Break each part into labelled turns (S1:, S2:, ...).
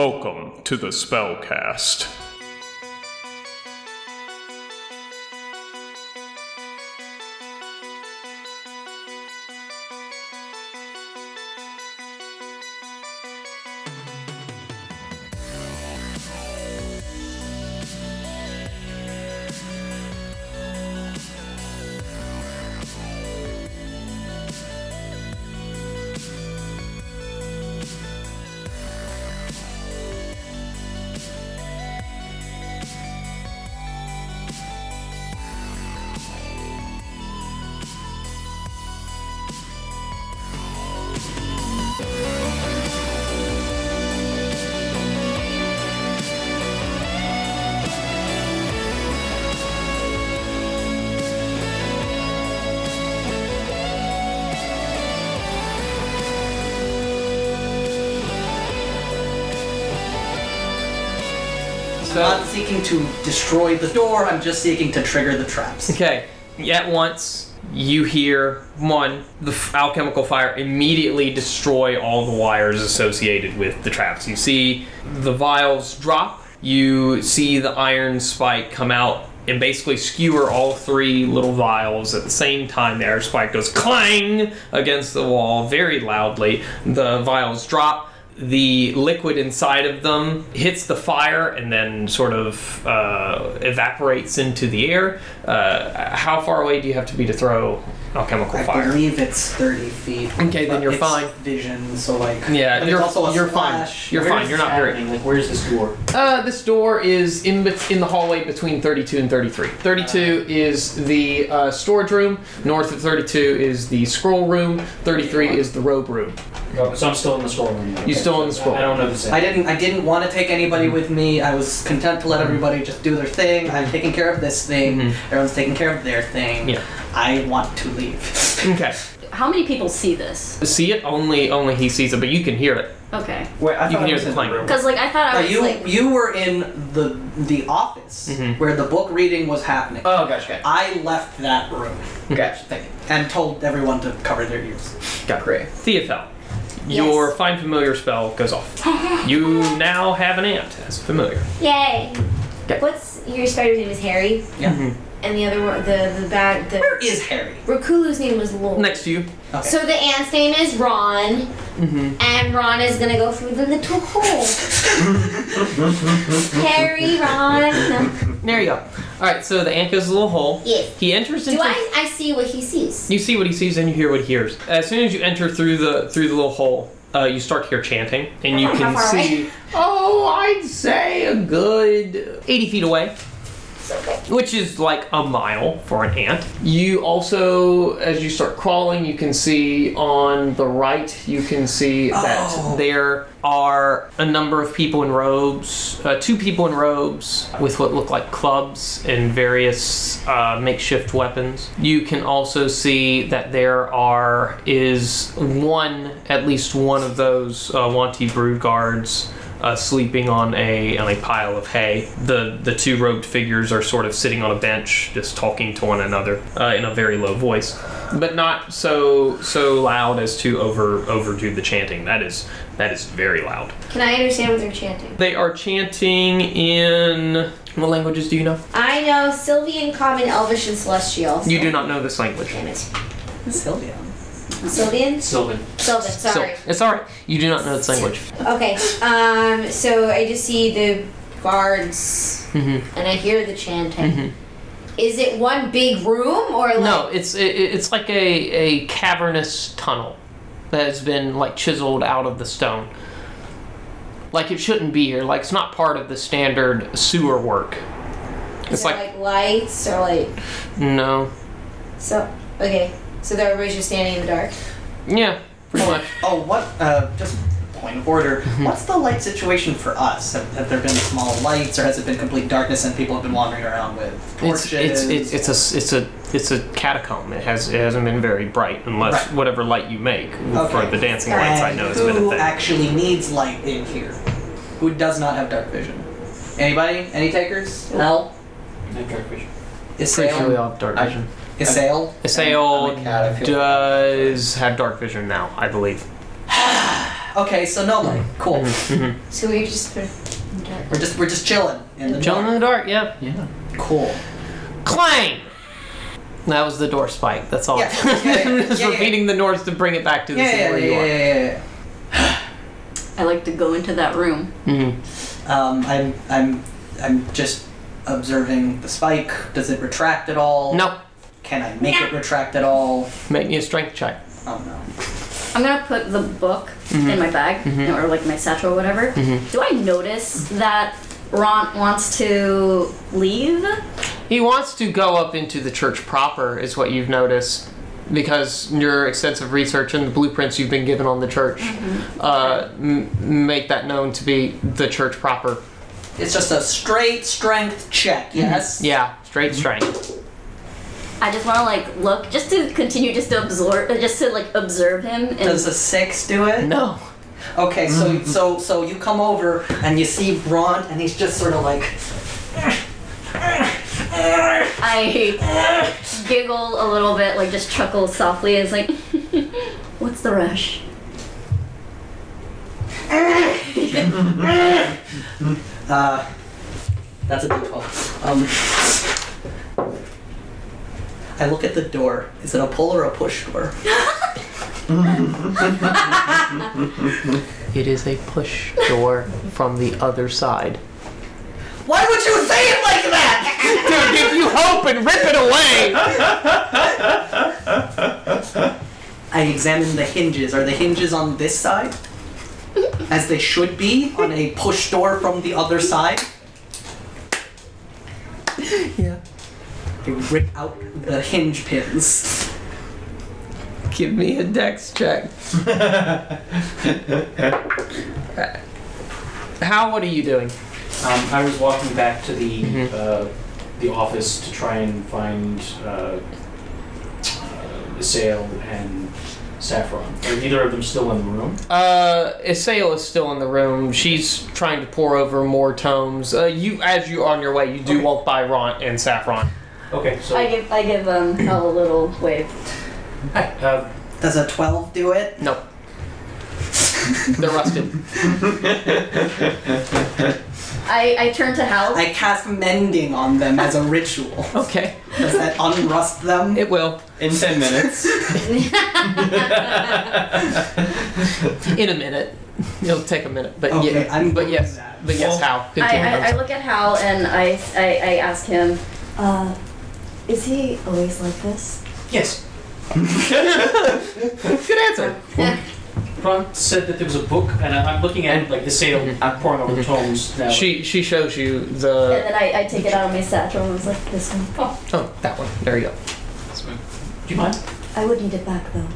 S1: Welcome to the Spellcast.
S2: I'm
S3: So,
S2: not seeking to destroy the door, I'm just seeking to trigger the traps.
S3: okay, at once you hear one, the f- alchemical fire immediately destroy all the wires associated with the traps. You see the vials drop, you see the iron spike come out and basically skewer all three little vials at the same time. The iron spike goes clang against the wall very loudly. The vials drop. the liquid inside of them hits the fire and then sort of uh, evaporates into the air. Uh, how far away do you have to be to throw alchemical
S2: I
S3: fire?
S2: believe it's 30 feet.
S3: Okay, then
S2: but
S3: you're
S2: it's
S3: fine.
S2: Vision, so like.
S3: Yeah,
S2: but
S3: you're-
S2: it's also a
S3: you're fine.
S2: splash.
S3: You're
S2: Where
S3: fine.
S2: is
S3: You're not
S2: that?
S3: very-
S4: Like, where's this door?
S3: Uh, this door is in bet- in the hallway between 32 and 33. 32 is the uh, storage room. North of 32 is the scroll room. 33 is the robe room.
S4: Oh, so I'm still in the scroll room.
S3: You still in the scroll?
S4: I don't know the same.
S2: I didn't. I didn't want to take anybody with me. I was content to let
S3: Mm-hmm.
S2: everybody just do their thing. I'm taking care of this thing.
S3: Mhm.
S2: Everyone's taking care of their thing.
S3: Mm-hmm. Yeah.
S2: I want to leave.
S3: Okay.
S5: How many people see this?
S3: See it? Only only he sees it, but you can hear it.
S5: Okay.
S4: Wait, I
S3: You can hear the clang.
S5: Because, like, I thought I
S2: Now,
S5: was
S2: you
S5: like.
S2: you were in the the office
S3: Mhm.
S2: where the book reading was happening.
S4: Oh, gotcha,
S2: I left that room
S4: gotcha. Thank you.
S2: and told everyone to cover their ears.
S3: Got
S4: Great.
S3: Theophel,
S5: Yes.
S3: your find familiar spell goes off. you now have an ant as familiar.
S6: Yay!
S3: Okay.
S6: What's your spider's name is Harry,
S2: Yeah.
S3: Mm-hmm.
S6: and the other one, the the bad,
S2: Where
S6: the
S2: is Harry?
S6: Rakulu's name was Lord.
S3: Next to you.
S2: Okay.
S6: So the ant's name is Ron, and Ron is gonna go through the little hole. Harry, Ron. No.
S3: There you go. All right, so the ant goes a little hole.
S6: Yeah.
S3: He enters into.
S6: Do I I see what he sees?
S3: You see what he sees and you hear what he hears. As soon as you enter through the through the little hole, uh, you start to hear chanting, and you
S6: How
S3: can
S6: far away?
S3: see. Oh, I'd say a good eighty feet away. Which is like a mile for an ant. You also, as you start crawling, you can see on the right, you can see
S2: Oh.
S3: that there are a number of people in robes, uh, two people in robes with what look like clubs and various uh, makeshift weapons. You can also see that there are, is one, at least one of those uh, Wanty Brood guards uh, sleeping on a on a pile of hay. The the two robed figures are sort of sitting on a bench, just talking to one another uh, in a very low voice, but not so so loud as to over overdo the chanting. That is that is very loud.
S6: Can I understand what they're chanting?
S3: They are chanting in what languages do you know?
S6: I know Sylvian, Common, Elvish, and Celestial.
S3: You do not know this language.
S6: Damn it.
S2: Sylvia.
S6: Sylvian?
S4: Sylvan.
S6: Sylvan,
S3: So
S6: sorry.
S3: it's all right. You do not know this language.
S6: Okay, um, so I just see the guards
S3: Mhm.
S6: and I hear the chanting.
S3: Mm-hmm.
S6: Is it one big room or like.
S3: No, it's it, it's like a, a cavernous tunnel that has been like chiseled out of the stone. Like it shouldn't be here. Like it's not part of the standard sewer work.
S6: is
S3: It's
S6: there,
S3: like,
S6: like lights or like.
S3: no,
S6: So, okay, so there everybody's just standing in the dark.
S3: yeah, pretty much. Mm-hmm.
S2: Oh, what? Uh, just point of order. What's the light situation for us? Have, have there been small lights, or has it been complete darkness and people have been wandering around with
S3: It's
S2: torches?
S3: it's it's it's a it's a it's a catacomb. It has it hasn't been very bright unless
S2: Right.
S3: whatever light you make for
S2: Okay.
S3: the dancing lights. I
S2: And
S3: know has been a
S2: who
S3: thing.
S2: actually needs light in here? Who does not have dark vision? Anybody? Any takers? No.
S4: Night dark vision.
S3: Pretty sure we
S2: Isael.
S3: all have dark
S2: I-
S3: vision.
S2: Isael.
S3: Isael
S4: I'm a cat, I feel-
S3: does have dark vision now, I believe.
S2: Okay, so no light.
S3: Mm-hmm.
S2: Cool.
S6: So we just put dark.
S2: We're just we're just chilling in the
S3: Chilling in the
S2: dark.
S3: dark, yep.
S4: Yeah.
S2: Cool.
S3: Clang! That was the door spike, that's all.
S2: Yeah, yeah, yeah,
S3: Just
S2: yeah, yeah.
S3: repeating the doors to bring it back to the
S2: Yeah,
S3: scene
S2: yeah,
S3: where you
S2: yeah,
S3: are.
S2: yeah, yeah, yeah.
S5: I like to go into that room.
S3: Mm-hmm.
S2: Um, I'm I'm I'm just observing the spike. Does it retract at all?
S3: No,
S2: Can I make it retract at all?
S3: make me a strength check.
S2: Oh no.
S5: I'm gonna put the book
S2: Mm-hmm.
S5: in my bag or like my satchel or whatever. Do I notice that Ron wants to leave?
S3: He wants to go up into the church proper, is what you've noticed, because your extensive research and the blueprints you've been given on the church
S2: Mm-hmm.
S3: uh, m- make that known to be the church proper.
S2: It's just a straight strength check. Yes.
S3: Yeah, straight
S2: Mm-hmm.
S3: strength.
S5: I just want to like look, just to continue, just to absorb, uh, just to like observe him. And
S2: Does a six do it?
S3: No.
S2: Okay, so so so you come over and you see Ron, and he's just sort of like.
S5: I giggle a little bit, like just chuckle softly. It's like, what's the rush?
S2: Uh, that's a d12. Um, I look at the door. Is it a pull or a push door?
S3: It is a push door from the other side.
S2: Why would you say it like that?
S3: To give you hope and rip it away!
S2: I examine the hinges. Are the hinges on this side? As they should be on a push door from the other side?
S3: Yeah.
S2: I rip out the hinge pins.
S3: Give me a dex check. How, what are you doing?
S4: Um, I was walking back to the
S3: Mm-hmm.
S4: uh, the office to try and find uh, uh, Sale and Saffron. Are neither of them still in the room?
S3: Uh, Isael is still in the room. She's trying to pour over more tomes. Uh, you, as you are on your way, you do
S4: Okay.
S3: walk by Ron and Saffron.
S4: Okay, so
S5: I give, I give um, Hell a little wave.
S4: uh,
S2: Does a 12 do it?
S3: No, they're rusted.
S5: I, I turn to Hal.
S2: I cast mending on them as a ritual.
S3: okay,
S2: Does that unrust them?
S3: it will
S7: In 10 minutes.
S3: in a minute. It'll take a minute, but
S2: Okay,
S3: yeah,
S2: I'm
S3: but
S2: doing
S3: yes,
S2: that.
S3: but yes, how?
S5: I, I, I look at Hal and I, I, I ask him, uh, is he always like this?
S4: yes,
S3: Good answer.
S4: Ron said that there was a book, and I, I'm looking at it like the Sale. I'm pouring over the tomes now.
S3: Mm-hmm. She she shows you
S6: Uh,
S5: And
S3: the
S5: then I, I take it out of my satchel and was like, this one. Oh,
S3: oh that one. There you go.
S4: Do you mind?
S5: I would need it back though.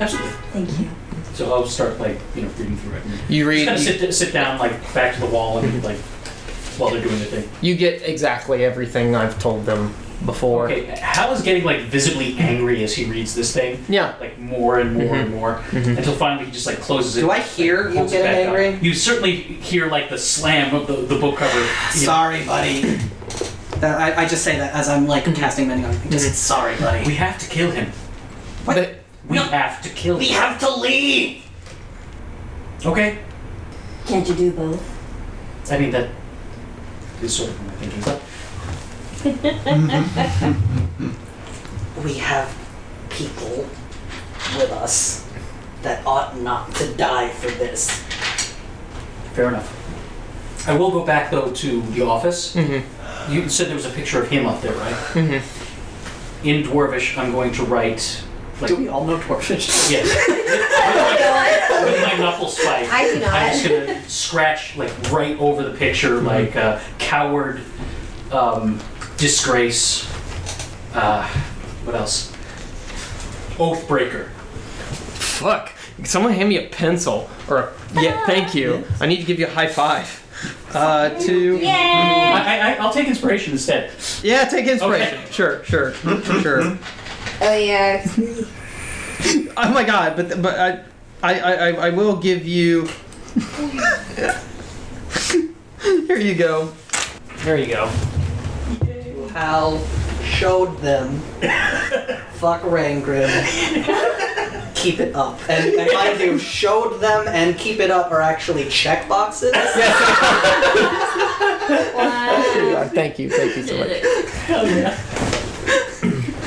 S4: Absolutely.
S5: Thank you.
S6: Mm-hmm.
S4: So I'll start like you know reading through it. And
S3: You read.
S4: just kind
S2: e-
S4: of
S3: You,
S4: sit sit down like back to the wall and like while they're doing their thing.
S3: you get exactly everything I've told them before.
S4: Okay, Hal is getting like visibly angry as he reads this thing.
S3: Yeah.
S4: Like more and more and more until finally he just like closes it.
S2: Mm-hmm. Do I hear
S4: like,
S2: you
S4: holds it
S2: getting
S4: back up.
S2: angry?
S4: You certainly hear like the slam of the, the book cover. you know.
S2: Sorry, buddy. That, I, I just say that as I'm like casting mending on them. Just sorry, buddy.
S4: We have to kill him.
S2: What?
S3: The-
S4: We have to kill him.
S2: have to leave!
S4: Okay.
S5: Can't you do both?
S4: I mean that is sort of my thinking. But
S2: We have people with us that ought not to die for this.
S4: fair enough. I will go back though to the office.
S3: Mhm.
S4: You said there was a picture of him up there, right? Mm-hmm. In Dwarvish, I'm going to write. Like,
S2: Do we all know Dwarfish?
S4: Yes. With my- with my knuckle spike.
S6: I do not.
S4: I'm just gonna scratch like right over the picture, like uh, coward, um, disgrace. Uh, what else? Oathbreaker.
S3: Fuck. Someone hand me a pencil. Or,
S8: Ah,
S3: yeah, thank you. I need to give you a high five. Uh, two.
S6: Yay!
S4: I, I, I- I'll take inspiration instead.
S3: Yeah, take inspiration.
S4: Okay.
S3: Sure, sure, sure.
S6: Oh yeah.
S3: Oh my god, but but I, I, I, I- I will give you. Here you go.
S4: There you go.
S2: Hal showed them. Fuck Rangrim. keep it up. And, and mind you, showed them and keep it up are actually check boxes.
S5: Wow.
S8: Uh, Thank you, thank you so much.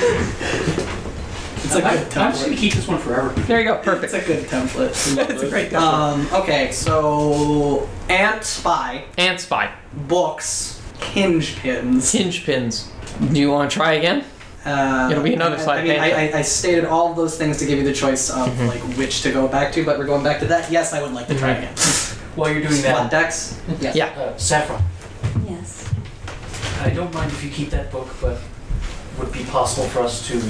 S2: It's a good
S4: I'm just gonna
S2: template.
S4: keep this one forever.
S3: There you go. Perfect.
S2: It's a good template.
S4: That's a great
S2: Um, okay, so Ant Spy,
S3: And spy.
S2: books, hinge pins.
S3: Hinge pins. Do you want to try again?
S2: Uh,
S3: It'll be another
S2: I-
S3: slide Mm-hmm.
S2: I mean,
S3: page.
S2: I, I, I stated all of those things to give you the choice of like which to go back to, but we're going back to that. Yes, I would like to try
S3: Mm-hmm.
S2: again.
S4: While you're doing
S2: What
S4: that,
S2: decks? Yes.
S3: Yeah.
S4: uh, Saffron,
S5: Yes.
S4: I don't mind if you keep that book, but would it be possible for us to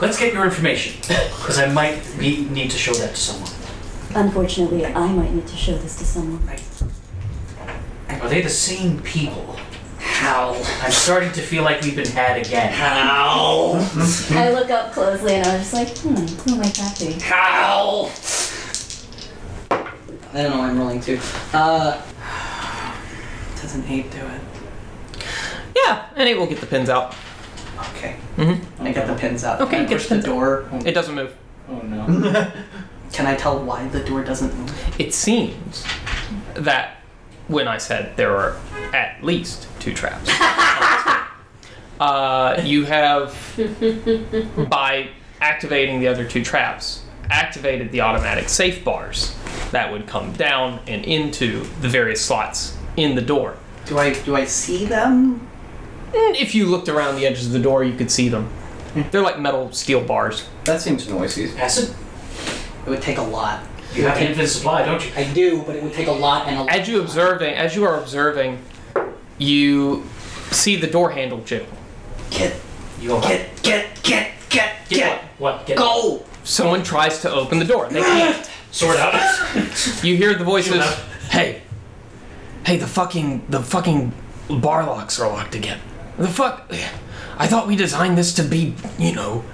S4: let's get your information because I might be, need to show that to someone.
S5: Unfortunately, I might need to show this to someone.
S4: Are they the same people? How? I'm starting to feel like we've been had again. Oh, How?
S6: Mm-hmm.
S5: I look up closely and I'm just like, hmm, who might that be?
S4: How?
S2: I don't know. I'm rolling too. Uh, doesn't eight do it?
S3: Yeah, and it will get the pins out.
S2: Okay.
S3: Mhm.
S2: I get the pins out.
S3: Okay,
S2: Can
S3: you
S2: I
S3: get
S2: push the
S3: the pins out.
S2: door.
S3: It doesn't move.
S4: Oh no.
S2: Can I tell why the door doesn't move?
S3: It seems that when I said there are at least two traps, uh, you have, by activating the other two traps, activated the automatic safe bars that would come down and into the various slots in the door.
S2: Do I do I see them?
S3: Mm, If you looked around the edges of the door, you could see them. They're like metal steel bars.
S9: That seems noisy.
S4: Acid?
S2: It would take a lot.
S4: You have an infinite supply, don't you?
S2: I do, but it would take a lot and a lot.
S3: As you observing, as you are observing, you see the door handle jiggle.
S2: Get,
S4: You go. Get,
S2: get, get, get, get,
S4: get
S2: get.
S4: what? What? Get
S2: Go!
S3: Someone tries to open the door. They can't.
S4: Sort out.
S3: You hear the voices.
S4: Shut up.
S3: Hey, hey, the fucking the fucking bar locks are locked again. The fuck. I thought we designed this to be, you know,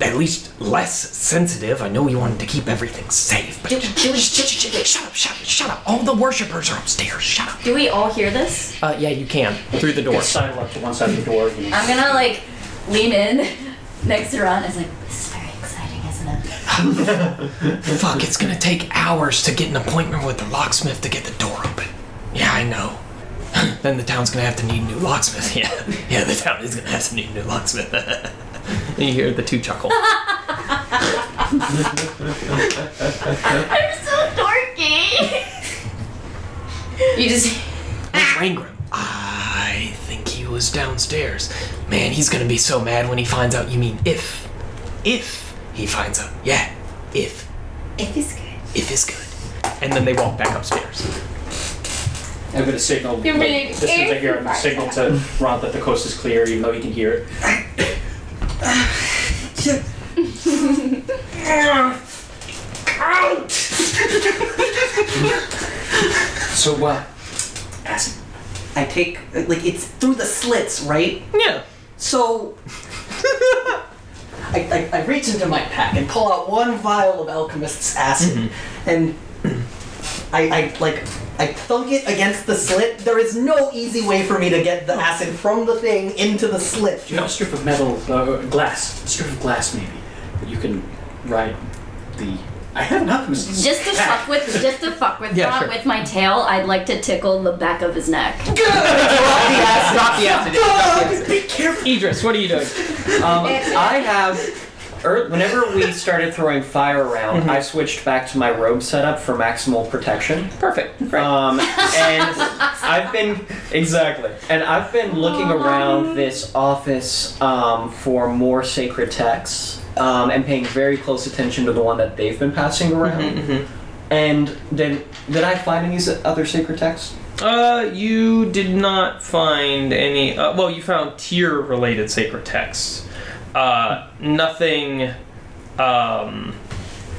S3: at least less sensitive. I know we wanted to keep everything safe, but
S5: Do, do, we, do,
S3: shut up, shut up, shut up. All the worshippers are upstairs. Shut up.
S5: do we all hear this?
S3: Uh, yeah, you can through the door.
S4: Get sidled up to one side of the door. you know.
S5: I'm gonna like lean in next to Ron. I was like, this is very exciting, isn't it?
S3: Fuck, it's gonna take hours to get an appointment with the locksmith to get the door open. Yeah, I know. then the town's gonna have to need a new locksmith. Yeah, yeah, the town is gonna have to need a new locksmith. and you hear the two chuckle.
S6: I'm so dorky. you just
S3: Where's Rangram? I think he was downstairs. Man, he's gonna be so mad when he finds out. You mean if, if he finds out? Yeah, if,
S6: if it's good.
S3: if is good. And then they walk back upstairs.
S4: I'm gonna signal.
S6: You're
S4: like,
S6: being
S4: as soon as I hear him,
S6: terrified.
S4: signal to Ron that the coast is clear, even though he can hear it. so uh, what? Acid.
S2: I take, like, it's through the slits, right?
S3: Yeah.
S2: So. I, I, I reach into my pack and pull out one vial of alchemist's acid,
S9: Mm-hmm.
S2: and I, I like I thunk it against the slit. There is no easy way for me to get the acid from the thing into the slit.
S4: Do you have a strip of metal, uh, glass? A strip of glass, maybe. that You can ride the. I have an alchemist.
S5: Just to fuck with, just to fuck with
S3: Yeah,
S5: Ron
S3: sure.
S5: with my tail, I'd like to tickle the back of his neck.
S3: Stop the acid.
S2: Be careful.
S3: Idris, what are you doing?
S9: Um, I have. Er, whenever we started throwing fire around,
S4: Mm-hmm.
S9: I switched back to my robe setup for maximal protection.
S3: Perfect. Great.
S9: Um, and I've been exactly, and I've been looking around this office um, for more sacred texts, um, and paying very close attention to the one that they've been passing around.
S3: Mm-hmm,
S9: And did did I find any s- other sacred texts?
S3: Uh, you did not find any. Uh, well, you found tier-related sacred texts. Uh, nothing. Um,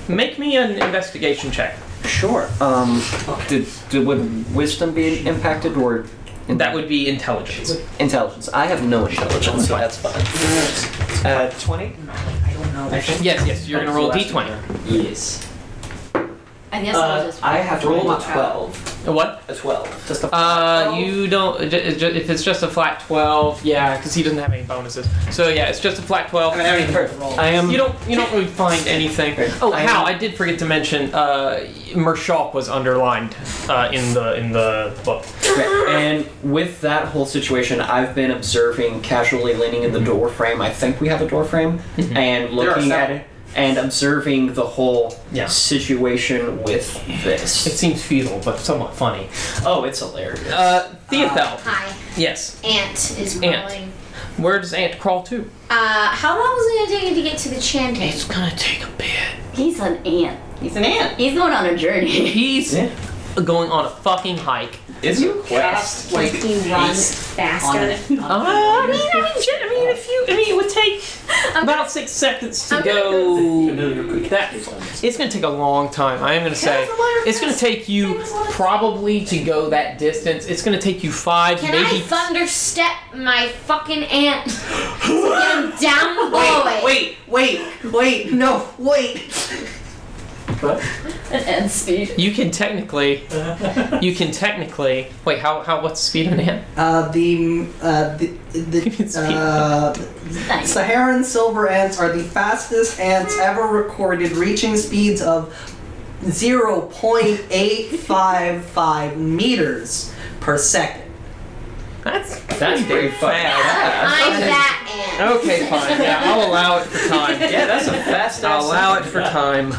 S3: make me an investigation check.
S9: Sure. Um, did, did would wisdom be impacted or
S3: That would be intelligence.
S9: intelligence? I have no intelligence, so that's fine. Uh, twenty.
S2: I don't know.
S3: Yes, yes. You're gonna roll a d20.
S9: Yes.
S5: I I guess I'll
S9: Uh,
S5: just
S9: I have to roll a
S5: try.
S9: twelve.
S3: A What?
S9: A twelve. Just a.
S3: Uh, you don't. it ju- it ju- If it's just a flat twelve, yeah, because he doesn't have any bonuses. So yeah, it's just a flat twelve.
S2: I mean, I already heard the roll.
S9: I am.
S3: You don't you don't really find anything. Oh,
S9: I
S3: how
S9: am-
S3: I did forget to mention, uh, Mershok was underlined uh, in the in the book.
S9: Okay, And with that whole situation, I've been observing, casually leaning in the door frame. I think we have a door frame, and looking at
S2: seven.
S9: it and observing the whole
S3: Yeah.
S9: situation with
S3: It
S9: this.
S3: seems futile, but somewhat funny.
S9: Oh, it's hilarious.
S3: Uh, Theophel,
S6: Hi.
S3: yes.
S6: Ant is
S3: Ant.
S6: crawling.
S3: Where does Ant crawl to?
S6: Uh, how long was it gonna take you to get to the chanting?
S3: gonna take a bit.
S5: He's an ant.
S2: He's an ant.
S5: He's going on a journey.
S3: He's
S9: Yeah.
S3: going on a fucking hike.
S9: It's a quest.
S2: Cast like
S6: you run
S2: haste on
S6: faster?
S2: it.
S3: Uh, I mean, I mean, gen- I mean, if you, I mean, it would take about six seconds to
S5: I'm gonna
S3: go.
S4: Familiar
S3: That- It's gonna take a long time. I am gonna say it's gonna take you probably to go that distance. It's gonna take you five,
S6: Can I
S3: maybe.
S6: thunder step my fucking ant to get him down the hallway?
S2: Wait, wait, wait, no, wait.
S5: An ant speed.
S3: you can technically, you can technically. Wait, how how what's the speed of an ant?
S2: Uh, the uh, the, the
S3: It's
S2: uh,
S5: Nice.
S2: Saharan silver ants are the fastest ants ever recorded, reaching speeds of 0.855 meters per second.
S3: That's
S9: That's pretty fast.
S3: uh,
S6: I'm that ant.
S3: Okay, fine. Yeah, I'll allow it for time.
S9: Yeah, that's a fast.
S3: I'll
S9: ass-
S3: allow it for time.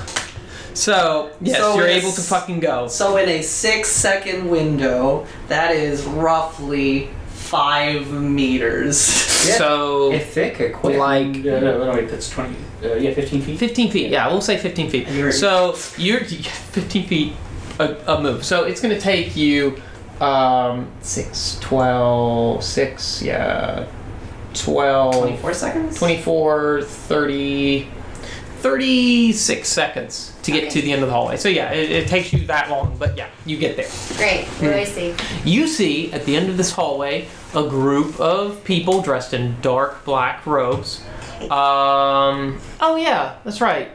S3: So yes,
S2: So
S3: you're
S2: it's-
S3: able to fucking go.
S2: So, in a six second window, that is roughly five meters.
S3: So
S9: If thick, a quick.
S3: like
S4: No, Mm, no, no, wait, that's 20. Uh, yeah, 15 feet?
S3: 15 feet. Yeah, we'll say 15 feet.
S2: You're-
S3: So you're yeah, 15 feet a, a move. So it's going to take you um, 6, 12, 6, yeah, 12,
S2: 24 seconds?
S3: 24, 30, 36 seconds to get to the end of the hallway. So yeah, it, it takes you that long, but yeah, you get there.
S6: Great.
S3: Hmm.
S6: What do I see?
S3: You see at the end of this hallway a group of people dressed in dark black robes. Um, oh, yeah, that's right.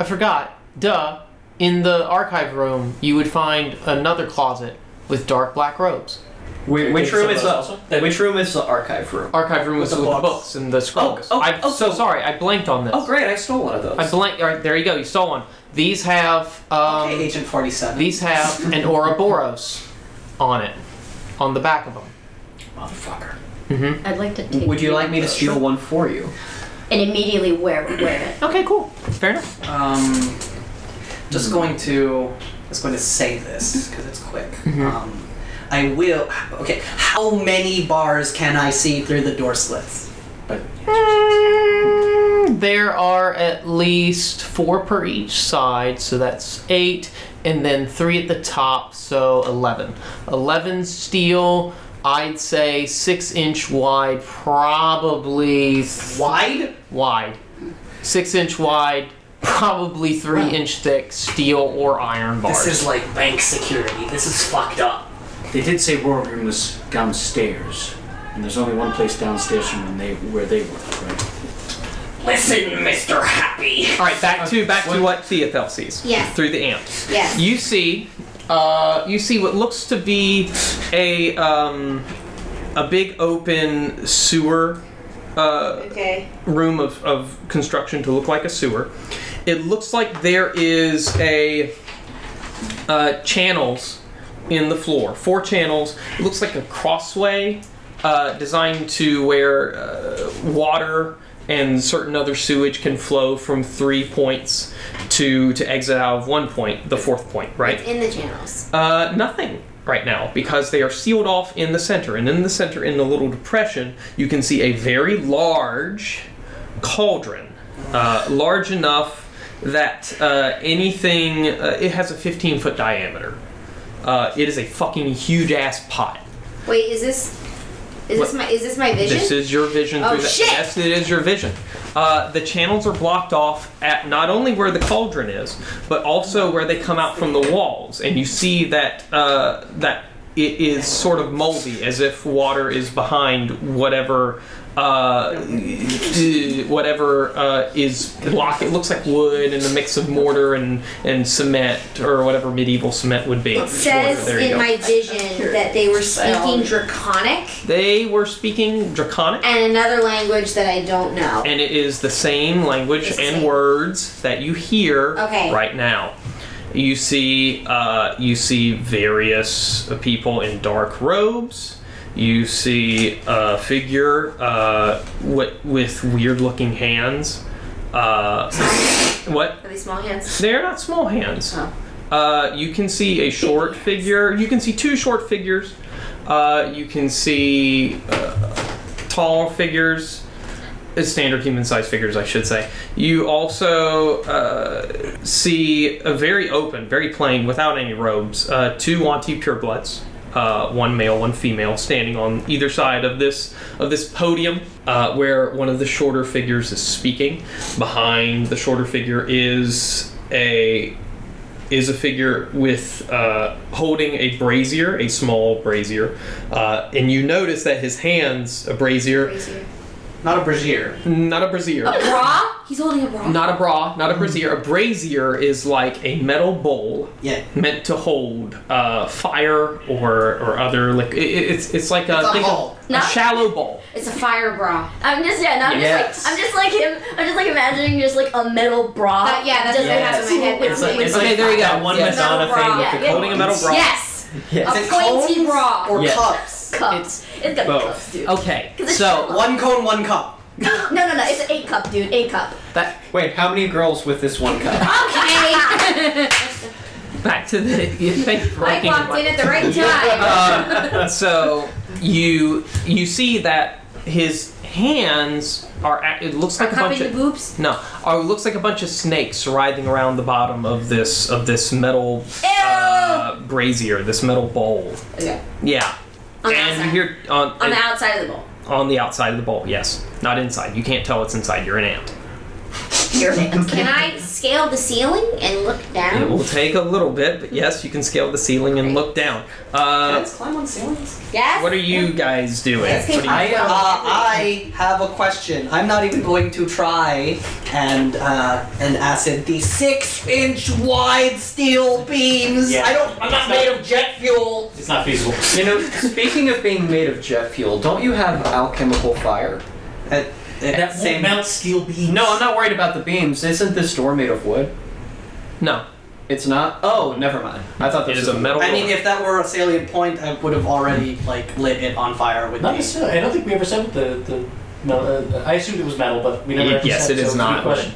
S3: I forgot. Duh. In the archive room, you would find another closet with dark black robes.
S9: Whi- which room is
S4: Also?
S9: the? Which room is the archive room?
S3: Archive room was
S9: With
S3: with
S9: the
S3: the
S9: books.
S3: books and the scrolls.
S9: oh,
S3: I'm
S9: oh,
S3: so
S9: oh.
S3: sorry. I blanked on this.
S9: Oh, great! I stole one of those.
S3: I blanked. All right, there you go. You stole one. These have um,
S2: okay, Agent 47.
S3: these have an Ouroboros on it, on the back of them. Mm-hmm.
S9: Motherfucker.
S5: I'd like to take
S9: Would you like me to steal one for you?
S5: and immediately wear wear it.
S3: Okay, cool. Fair enough.
S2: Um, just going to just going to say this because it's quick. Um, I will. Okay, how many bars can I see through the door slits?
S3: Mm, There are at least four per each side, so that's eight, and then three at the top, so 11. 11 steel, I'd say six inch wide, probably th-
S2: Wide?
S3: wide. Six inch wide, probably three inch thick steel or iron bars.
S2: This is like bank security. This is fucked up.
S4: They did say War Room was downstairs, and there's only one place downstairs from when they, where they were, right?
S2: Listen, Mister Happy.
S3: All right, back to back to what Theophel sees
S6: Yes.
S3: through the amp.
S6: Yes.
S3: You see, uh, you see what looks to be a um, a big open sewer uh,
S6: okay.
S3: room of, of construction to look like a sewer. It looks like there is a uh, channels in the floor, four channels. It looks like a crossway uh, designed to where uh, water and certain other sewage can flow from three points to to exit out of one point, the fourth point, right?
S6: In the channels.
S3: Uh, nothing right now because they are sealed off in the center. And in the center, in the little depression, you can see a very large cauldron, uh, large enough that uh, anything. Uh, it has a 15 foot diameter. Uh, it is a fucking huge ass pot.
S6: Wait, is this is
S3: What?
S6: this my is this my vision?
S3: This is your vision.
S6: Oh,
S3: through that.
S6: shit!
S3: Yes, it is your vision. Uh, the channels are blocked off at not only where the cauldron is, but also where they come out from the walls, and you see that uh, that it is sort of moldy, as if water is behind whatever. Uh, whatever uh, is block. It looks like wood and a mix of mortar and, and cement or whatever medieval cement would be.
S6: It says
S3: There you
S6: in
S3: go.
S6: my vision that they were speaking
S5: Sound.
S6: Draconic
S3: They were speaking Draconic.
S6: and another language that I don't know.
S3: and it is the same language
S6: It's the
S3: and
S6: same.
S3: words that you hear
S6: Okay.
S3: right now. You see, uh, you see various people in dark robes. You see a figure uh, wi- with weird-looking hands. Uh, what?
S6: Are these small hands?
S3: They're not small hands.
S6: Oh.
S3: Uh, you can see a short figure. You can see two short figures. Uh, you can see uh, tall figures. uh, Standard human-sized figures, I should say. You also uh, see a very open, very plain, without any robes, uh, two Wanti purebloods, uh, one male, one female, standing on either side of this of this podium, uh, where one of the shorter figures is speaking. Behind the shorter figure is a is a figure with uh, holding a brazier, a small brazier, uh, and you notice that his hands, a brazier,
S6: Brazier.
S4: Not a brazier.
S3: not a brazier,
S6: A bra? He's holding a bra.
S3: not a bra, not a brazier. A brazier is like a metal bowl
S2: Yeah.
S3: meant to hold uh, fire or or other like it, it- it's it's like a,
S2: It's a
S3: think of-
S2: bowl.
S3: a
S5: Not-
S3: shallow bowl.
S6: It's a fire bra.
S5: I'm just yeah. Now I'm just
S9: Yes.
S5: like I'm just like him. I'm just like imagining just like a metal bra.
S6: That- Uh, yeah, that's
S5: just
S6: what I have
S5: like,
S6: in my head now.
S5: with-
S6: It's
S5: with-
S3: it's Okay, there you
S9: that
S3: go.
S9: One
S3: Yeah.
S9: Madonna
S6: Metal bra.
S9: thing
S5: Yeah,
S9: with the
S5: yeah.
S3: Holding a metal bra.
S6: Yes.
S9: Yes.
S2: Is it
S6: pointy
S2: cones
S6: bra.
S2: Or
S9: Yes.
S2: cups.
S5: cups. It's Oh. got
S9: Both.
S5: cups, dude.
S8: Okay,
S5: 'Cause it's
S8: so
S2: One cone, one cup.
S5: No, no, no. It's an eight cup, dude. Eight cup.
S8: that,
S9: Wait, how many girls with this one cup?
S6: Okay.
S3: Back to the thank you for
S6: I
S3: looking at
S6: walked
S3: my-
S6: in at the right time.
S3: Um, so you you see that his hands are at, it looks like a bunch
S6: Cupping the
S3: of
S6: boobs.
S3: no, or it looks like a bunch of snakes writhing around the bottom of this of this metal uh, brazier, this metal bowl.
S6: Okay.
S3: Yeah,
S6: On the
S3: and you
S6: outside.
S3: hear on
S6: On the outside of the bowl.
S3: on the outside of the bowl. Yes, not inside. You can't tell it's inside. You're an ant.
S5: Your hands.
S6: Can I scale the ceiling and look
S3: It
S6: down?
S3: will take a little bit, but yes, you can scale the ceiling and look down. Uh,
S4: climb on ceilings.
S6: Yes.
S3: what are you guys doing?
S6: Let's take
S3: What are
S9: I
S3: you-
S9: am.
S2: Uh, I have a question. I'm not even going to try and uh, and acid the six inch wide steel beams.
S4: Yeah.
S2: I don't. I'm not made of jet fuel.
S4: It's not feasible.
S9: You know, speaking of being made of jet fuel, don't you have alchemical fire?
S2: At, at
S9: That
S2: same.
S4: Mount steel beams.
S9: No, I'm not worried about the beams. Isn't this door made of wood?
S3: No,
S9: It's not. Oh, never mind. I thought
S3: it
S9: this
S3: is
S9: was
S3: a metal.
S2: I mean, if that were a salient point, I would have already like lit it on fire with
S4: Not
S2: these.
S4: necessarily. I don't think we ever said what the the. Metal, uh, I assumed it was metal, but we never.
S3: It-
S4: actually
S3: yes, it
S4: said,
S3: is
S4: so it's a good
S3: not.
S4: Question.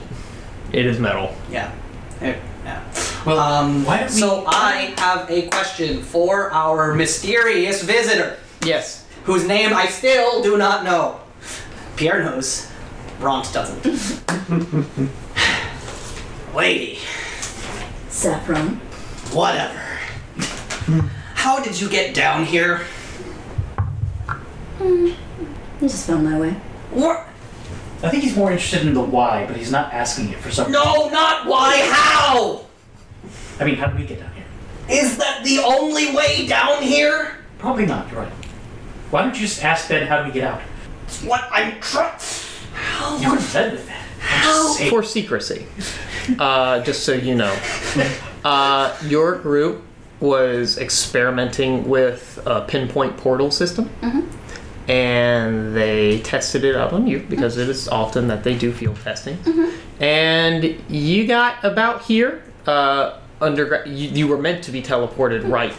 S3: It is metal.
S2: Yeah. Eh, Yeah.
S4: Well,
S2: um,
S4: why don't we-
S2: so I have a question for our mysterious visitor,
S8: yes.
S2: whose name I still do not know. Pierre knows, Bront doesn't. Lady,
S5: Saffron.
S2: whatever. How did you get down here?
S5: I just found my way.
S2: What?
S4: I think he's more interested in the why, but he's not asking it for some.
S2: No, not why, how?
S4: I mean, how did we get down here?
S2: Is that the only way down here?
S4: Probably not. You're right. Why don't you just ask Ben how do we get out?
S2: It's What I'm trying.
S4: You could have led with that. I'm just saying.
S8: For secrecy, uh, just so you know, uh, your group was experimenting with a pinpoint portal system. And they tested it out on you because it is often that they do field testing. And you got about here. Uh, underground, you, you were meant to be teleported right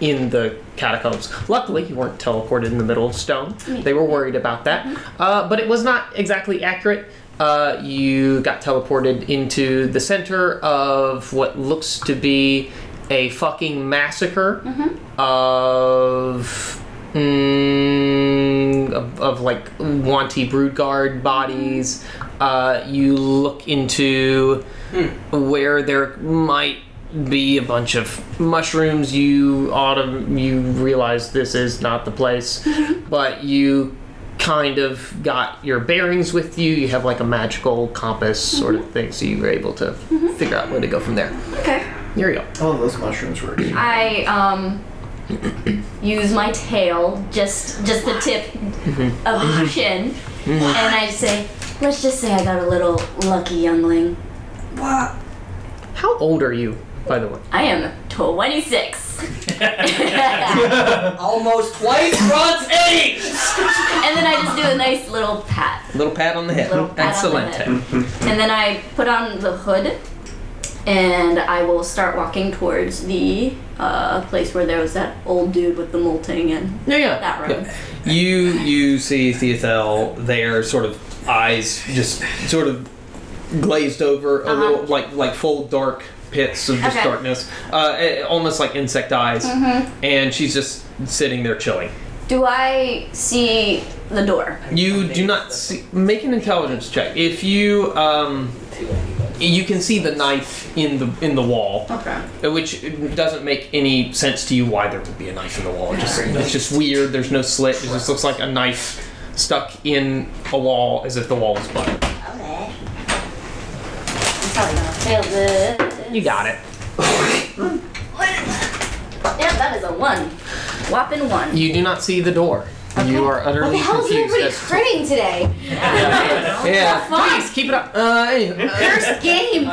S8: in the catacombs. Luckily, you weren't teleported in the middle of stone. They were worried about that. Uh, but it was not exactly accurate. Uh, you got teleported into the center of what looks to be a fucking massacre of. Mm, of, of like wanty brood guard bodies. Uh, you look into where there might be a bunch of mushrooms you autumn you realize this is not the place but you kind of got your bearings with you you have like a magical compass sort of thing so you were able to figure out where to go from there
S5: Okay.
S8: here you go
S9: Oh, those mushrooms were.
S5: I um use my tail, just just the tip of the shin, and I say, "Let's just say I got a little lucky, youngling.
S3: How old are you, by the way?
S5: I am 26."
S2: Almost twice Ron's age!
S5: and then I just do a nice little pat.
S3: Little pat on the head.
S5: Little pat on the
S3: Excellent.
S5: head. And then I put on the hood and I will start walking towards the uh, place where there was that old dude with the molting and
S3: Yeah, yeah.
S5: that room.
S10: You you see Theothel there, sort of eyes just sort of glazed over a
S5: Uh-huh.
S10: little, like like full dark pits of just
S5: Okay. Hmm.
S10: darkness, uh, eh, almost like insect eyes.
S6: Mm-hmm.
S10: And she's just sitting there chilling.
S5: Do I see the door?
S10: You do not see. Make an intelligence check. If you um, you can see the knife in the in the wall,
S5: Okay.
S10: which doesn't make any sense to you why there would be a knife in the wall. It just, it's just weird. There's no slit. It just looks like a knife stuck in a wall, as if the wall is butter.
S6: Okay. I'm probably gonna fail this.
S10: You got it.
S5: Yeah, that is a one. Whopping one.
S3: You do not see the door. You are utterly
S6: What the hell is
S3: confused.
S6: everybody
S3: as-
S6: critting today?
S3: yeah,
S6: Fine.
S3: please keep it up. Uh, anyway,
S6: First game.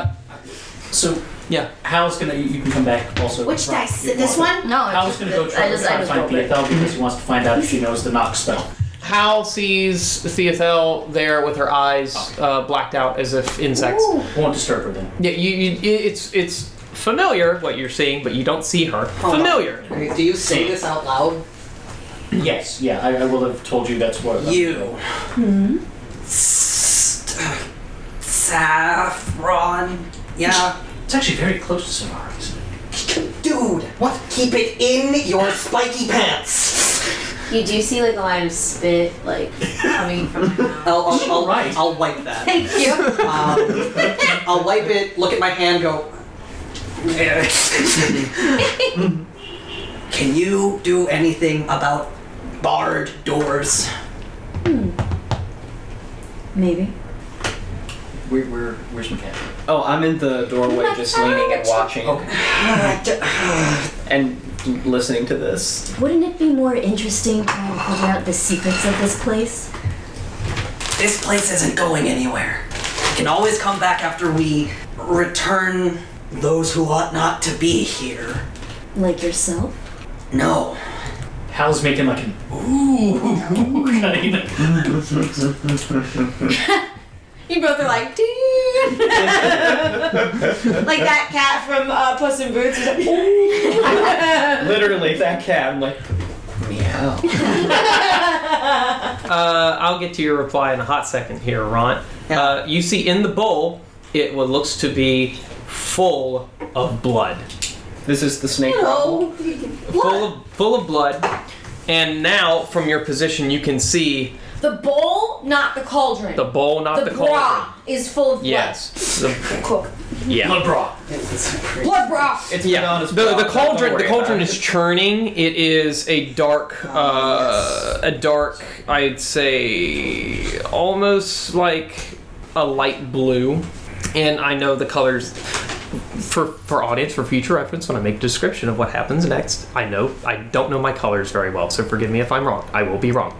S4: So
S3: Yeah.
S4: Hal's gonna. You you can come back also.
S6: Which
S4: Right,
S6: dice?
S4: you're
S6: This
S4: welcome.
S6: one?
S5: No,
S4: Hal's
S5: it's
S4: gonna
S5: just,
S4: go try,
S5: I just,
S4: try
S5: I
S4: to
S5: just
S4: find
S5: rolled it.
S4: Theothel because he wants to find out if she knows the knock spell.
S3: Hal sees Theothel there with her eyes uh, blacked out as if insects.
S6: Ooh.
S4: Won't disturb her then.
S3: Yeah, you, you, it- it's it's familiar what you're seeing, but you don't see her.
S2: on.
S3: Familiar.
S2: Do you say this out loud?
S4: Yes, yeah, I, I will have told you that's what.
S2: You. St- Saffron. Yeah.
S4: It's actually very close to Sonara, isn't it?
S2: Dude, what? Keep it in your spiky pants.
S6: You do see like a line of spit like coming from my mouth.
S2: I'll, I'll, I'll,
S4: Right.
S2: I'll wipe that.
S6: Thank you.
S2: Um, I'll wipe it, look at my hand, go. Can you do anything about barred doors?
S5: Maybe.
S4: Where, where, where's McCaffrey?
S9: Oh, I'm in the doorway just leaning and watching
S4: Okay.
S9: and listening to this.
S5: Wouldn't it be more interesting trying to figure out the secrets of this place?
S2: This place isn't going anywhere. We can always come back after we return those who ought not to be here.
S5: Like yourself?
S2: No.
S4: Hal's making like an ooh kind of
S6: You both are like, "Ding." like that cat from uh, Puss in Boots. Who's like,
S9: Literally, that cat. I'm like, meow.
S3: Uh, I'll get to your reply in a hot second here, Ron. Uh, you see in the bowl, it what looks to be full of blood,
S9: This is the snake
S6: oh.
S9: problem.
S3: full of full of blood, and now from your position you can see
S6: The bowl, not the cauldron.
S3: the bowl, not the,
S6: the
S3: cauldron.
S6: bra is full of blood.
S3: Yes, the,
S6: Cool.
S3: yeah.
S4: blood bra.
S6: Blood bra.
S9: It's
S3: Yeah,
S9: Madonna's
S3: the, the
S9: problem. Don't
S3: cauldron the
S9: worry
S3: cauldron
S9: about
S3: is
S9: it. Oh,
S3: churning. It is a dark, uh, a dark. I'd say almost like a light blue, and I know the colors. For for audience for future reference, when I make description of what happens next, I know I don't know my colors very well, so forgive me if I'm wrong. I will be wrong.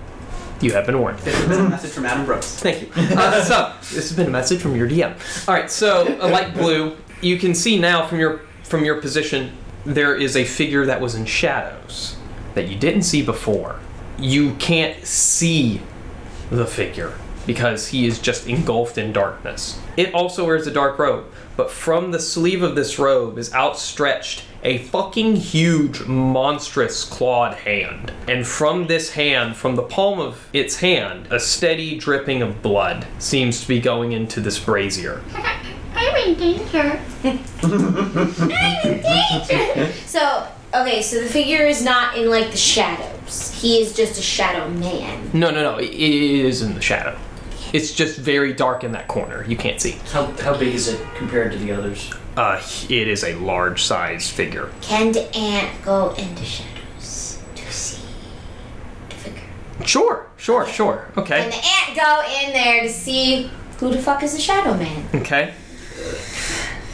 S3: You have been warned.
S2: It's a message from Adam Brooks.
S3: Thank you. Uh, so this has been a message from your DM. All right, so a light blue. You can see now from your from your position there is a figure that was in shadows that you didn't see before. You can't see the figure because he is just engulfed in darkness. It also wears a dark robe, but from the sleeve of this robe is outstretched a fucking huge, monstrous clawed hand. And from this hand, from the palm of its hand, a steady dripping of blood seems to be going into this brazier.
S6: I'm in danger. I'm in danger. So, okay, so the figure is not in like the shadows. He is just a shadow man.
S3: No, no, no, it is in the shadow. It's just very dark in that corner. You can't see.
S4: How, how big is it compared to the others?
S3: Uh, it is a large size figure.
S6: Can the ant go into shadows to see the figure?
S3: Sure, sure, sure.
S6: Can
S3: Okay,
S6: the ant go in there to see who the fuck is the shadow man?
S3: okay.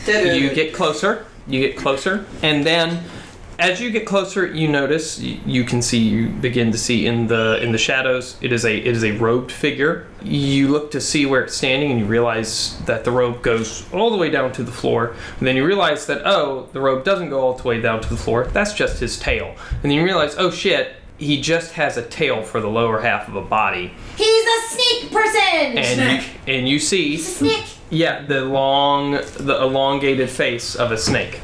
S3: You get closer, you get closer, and then As you get closer, you notice you, you can see you begin to see in the in the shadows. It is a it is a robed figure. You look to see where it's standing, and you realize that the robe goes all the way down to the floor. And then you realize that oh, the robe doesn't go all the way down to the floor. That's just his tail. And then you realize oh shit, he just has a tail for the lower half of a body.
S6: He's a snake person.
S3: And you, and you see
S6: Snake.
S3: yeah the long the elongated face of a snake.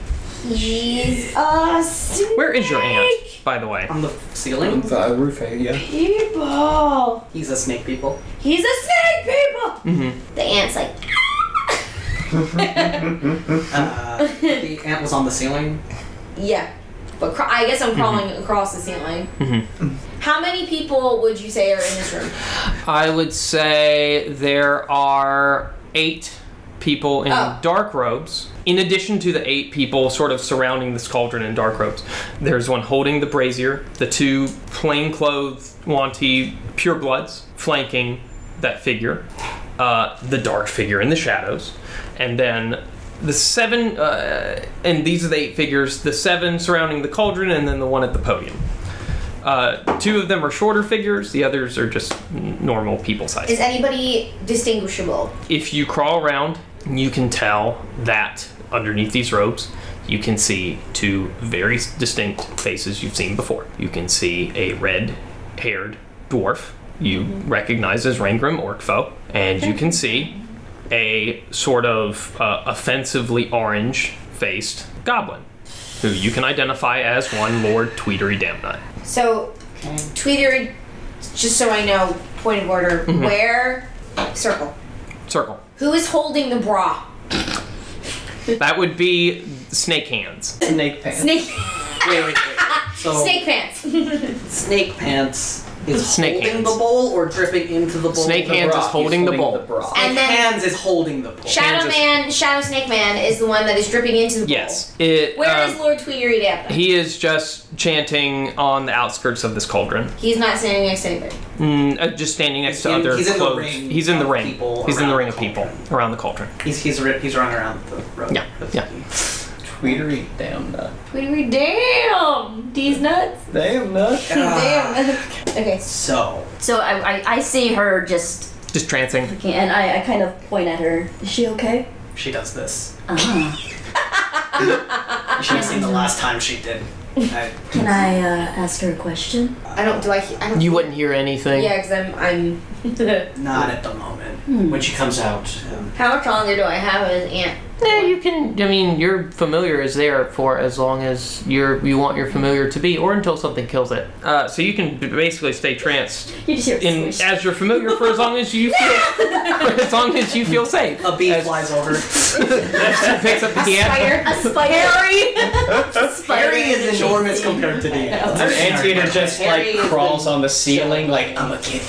S6: He's a snake.
S3: Where is your aunt, by the way?
S2: On the ceiling?
S9: The roof, yeah.
S6: People.
S2: He's a snake people.
S6: He's a snake. People.
S3: Mhm.
S6: The ant's like.
S2: Uh, the ant was on the ceiling.
S6: Yeah, but cr- I guess I'm
S3: Mm-hmm.
S6: crawling across the ceiling. How many people would you say are in this room?
S3: I would say there are eight people in
S6: Oh.
S3: dark robes. In addition to the eight people sort of surrounding this cauldron in dark robes, there's one holding the brazier, the two plainclothed, wanty purebloods flanking that figure, uh, the dark figure in the shadows, and then the seven, uh, and these are the eight figures, the seven surrounding the cauldron, and then the one at the podium. Uh, two of them are shorter figures, the others are just n- normal people size.
S6: Is anybody distinguishable?
S3: if you crawl around, you can tell that underneath these robes, you can see two very distinct faces you've seen before. You can see a red haired dwarf you recognize as Rangram Orkfo, and you can see a sort of uh, offensively orange faced goblin who you can identify as one Lord Tweedery Damnut.
S6: So, Tweeter, just so I know, point of order,
S3: Mm-hmm.
S6: where? Circle.
S3: Circle.
S6: Who is holding the bra?
S3: That would be snake hands.
S9: Snake pants.
S6: Snake,
S2: Wait, wait, wait. So
S6: snake pants.
S2: snake pants is
S3: Snake
S2: holding
S3: hands.
S2: the bowl or dripping into the bowl.
S3: Snake
S2: with the
S3: hands
S2: bra?
S3: is holding the bowl.
S9: bra.
S6: And
S2: Snake
S6: then-
S2: hands is holding the bowl.
S6: Shadow
S3: Kansas.
S6: Man, Shadow Snake Man is the one that is dripping into the bowl.
S3: Yes. It,
S6: Where
S3: um,
S6: is Lord Tweeter Dabba?
S3: He is just chanting on the outskirts of this cauldron,
S6: He's not standing next to anybody.
S3: mm, uh, just standing next
S2: He's
S3: to
S2: in-
S3: other
S2: he's in the
S3: clothes.
S2: ring
S3: he's in the
S2: of
S3: ring.
S2: people
S3: He's in the
S2: around
S3: ring
S2: the
S3: of people
S2: cauldron.
S3: around the cauldron.
S2: He's he's ri- he's running around the road.
S3: Yeah, yeah.
S9: Tweetery, damn nut.
S6: Tweeter, damn! These nuts?
S9: Damn nut.
S2: Ah,
S6: Damn. okay,
S2: So
S5: So I, I, I see her just
S3: Just trancing.
S5: looking, and I, I kind of point at her. Is she okay?
S2: she does this.
S5: Ah.
S2: You should have seen the last time she did. I,
S5: Can I uh, ask her a question?
S6: I don't. Do I? he- I don't.
S8: You wouldn't hear anything.
S6: Yeah, because I'm. I'm.
S2: not at the moment.
S4: When she comes out,
S6: How much longer do I have as aunt?
S8: Yeah, you can. I mean, your familiar is there for as long as you're you want your familiar to be, or until something kills it.
S3: Uh, so you can b- basically stay tranced
S5: You just hear a
S3: in
S5: swish.
S3: as you're familiar for as long as you feel for as long as you feel safe.
S2: A bee
S3: As-
S2: flies over.
S3: She picks up the piano.
S5: a spider. Harry.
S2: Harry
S5: spider.
S2: is enormous compared to the
S9: Her antenna just like crawls on the ceiling, like I'm a kid.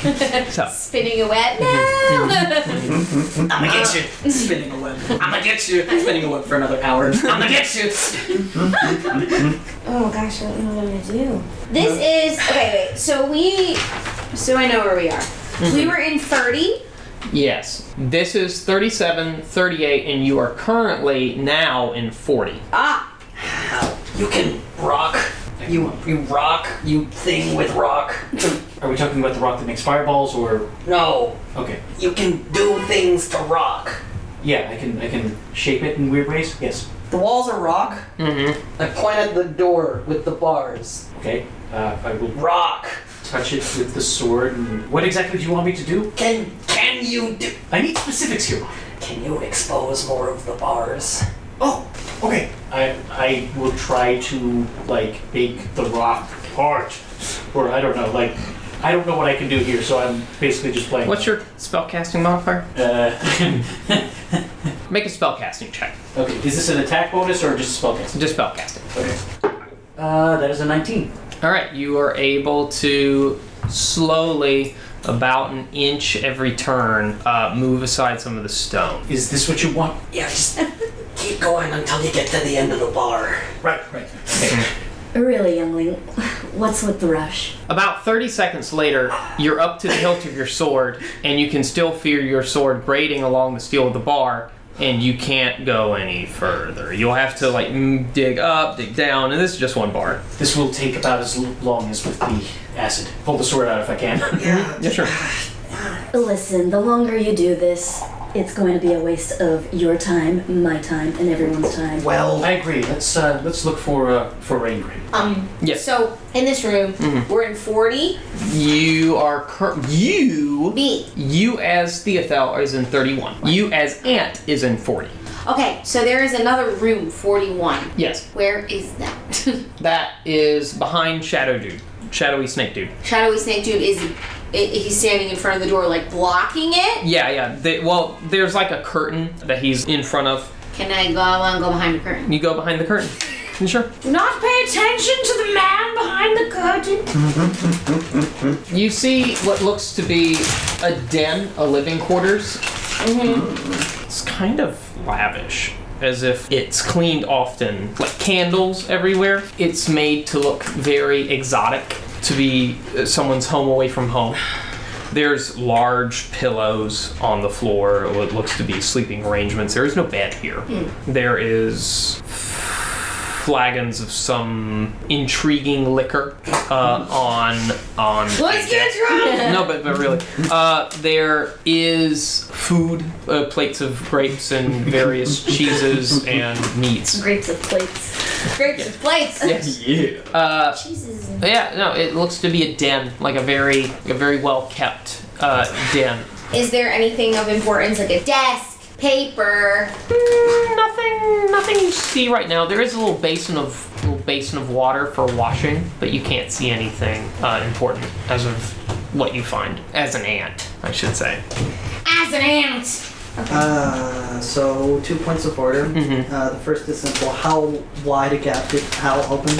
S3: So,
S6: Spinning a web. No.
S2: I'ma get you. Spinning a web. I'ma get you. Spinning a web for another hour. I'ma get you.
S6: oh gosh, I don't know what I'm gonna do. This is okay. Wait. So we. So I know where we are.
S3: Mm-hmm.
S6: We were in thirty.
S3: yes, this is 37, 38, and you are currently now in 40.
S6: Ah.
S2: Ow. You can rock. You you rock. You thing with rock.
S4: are we talking about the rock that makes fireballs, or
S2: No.
S4: okay?
S2: You can do things to rock.
S4: Yeah, I can I can shape it in weird ways. Yes.
S2: The walls are rock.
S3: Mm-hmm.
S2: I point at the door with the bars.
S4: Okay. Uh, I will
S2: Rock.
S4: touch it with the sword. And what exactly do you want me to do?
S2: Can can you do?
S4: I need specifics here.
S2: Can you expose more of the bars?
S4: Oh, okay. I I will try to like make the rock part, or I don't know. Like I don't know what I can do here, so I'm basically just playing.
S3: What's your spellcasting modifier?
S4: Uh,
S3: Make a spellcasting check.
S4: okay. Is this an attack bonus or just spell cast?
S3: Just spellcasting.
S4: Okay. Uh, that is a 19.
S3: All right, you are able to slowly, about an inch every turn, uh, move aside some of the stone.
S4: Is this what you want?
S2: Yeah, just keep going until you get to the end of the bar.
S4: Right, right.
S5: Really, youngling. What's with the rush?
S3: About 30 seconds later, you're up to the hilt of your sword, and you can still feel your sword grating along the steel of the bar, and you can't go any further. You'll have to like mm, dig up, dig down, and this is just one bar.
S4: This will take about as l- long as with the acid. Pull the sword out if I can.
S3: Yeah, sure.
S5: Listen, the longer you do this, it's going to be a waste of your time, my time, and everyone's time.
S2: Well,
S4: I agree. Let's uh, let's look for uh, for rain grain.
S6: Um.
S3: Yes. Mm-hmm.
S6: So in this room, we're in forty
S3: You are cur- you
S6: B.
S3: you as Theothel is in thirty-one. You as Ant is in forty.
S6: Okay, so there is another room, forty-one.
S3: Yes,
S6: Where is that?
S3: that is behind Shadow Dude, Shadowy Snake Dude.
S6: Shadowy Snake dude is i- he's standing in front of the door, like blocking it.
S3: Yeah, yeah. They, well, there's like a curtain that he's in front of.
S6: Can I go? I want to go behind the curtain.
S3: You go behind the curtain. You Sure.
S6: Do not pay attention to the man behind the curtain.
S8: You see what looks to be a den, a living quarters.
S6: Mm-hmm.
S3: It's kind of lavish, as if it's cleaned often, like candles everywhere. It's made to look very exotic, to be uh, someone's home away from home. There's large pillows on the floor, what looks to be sleeping arrangements. There is no bed here.
S6: Hmm.
S3: There is flagons of some intriguing liquor uh, on on.
S6: Let's get drunk.
S3: no, but, but really, uh, there is food, uh, plates of grapes and various cheeses and meats.
S5: Grapes of plates.
S6: Grapes and plates.
S3: Yes.
S9: Yeah.
S3: Uh,
S6: Jesus.
S3: yeah. No, it looks to be a den, like a very, a very well kept uh, den.
S6: Is there anything of importance, like a desk, paper?
S8: Hmm,
S3: Mm, nothing, nothing you see right now. There is a little basin of little basin of water for washing, but you can't see anything uh, important as of what you find as an ant, I should say.
S6: As an ant.
S2: uh, so two points of order. Uh, the first is simple. How wide a gap did how open?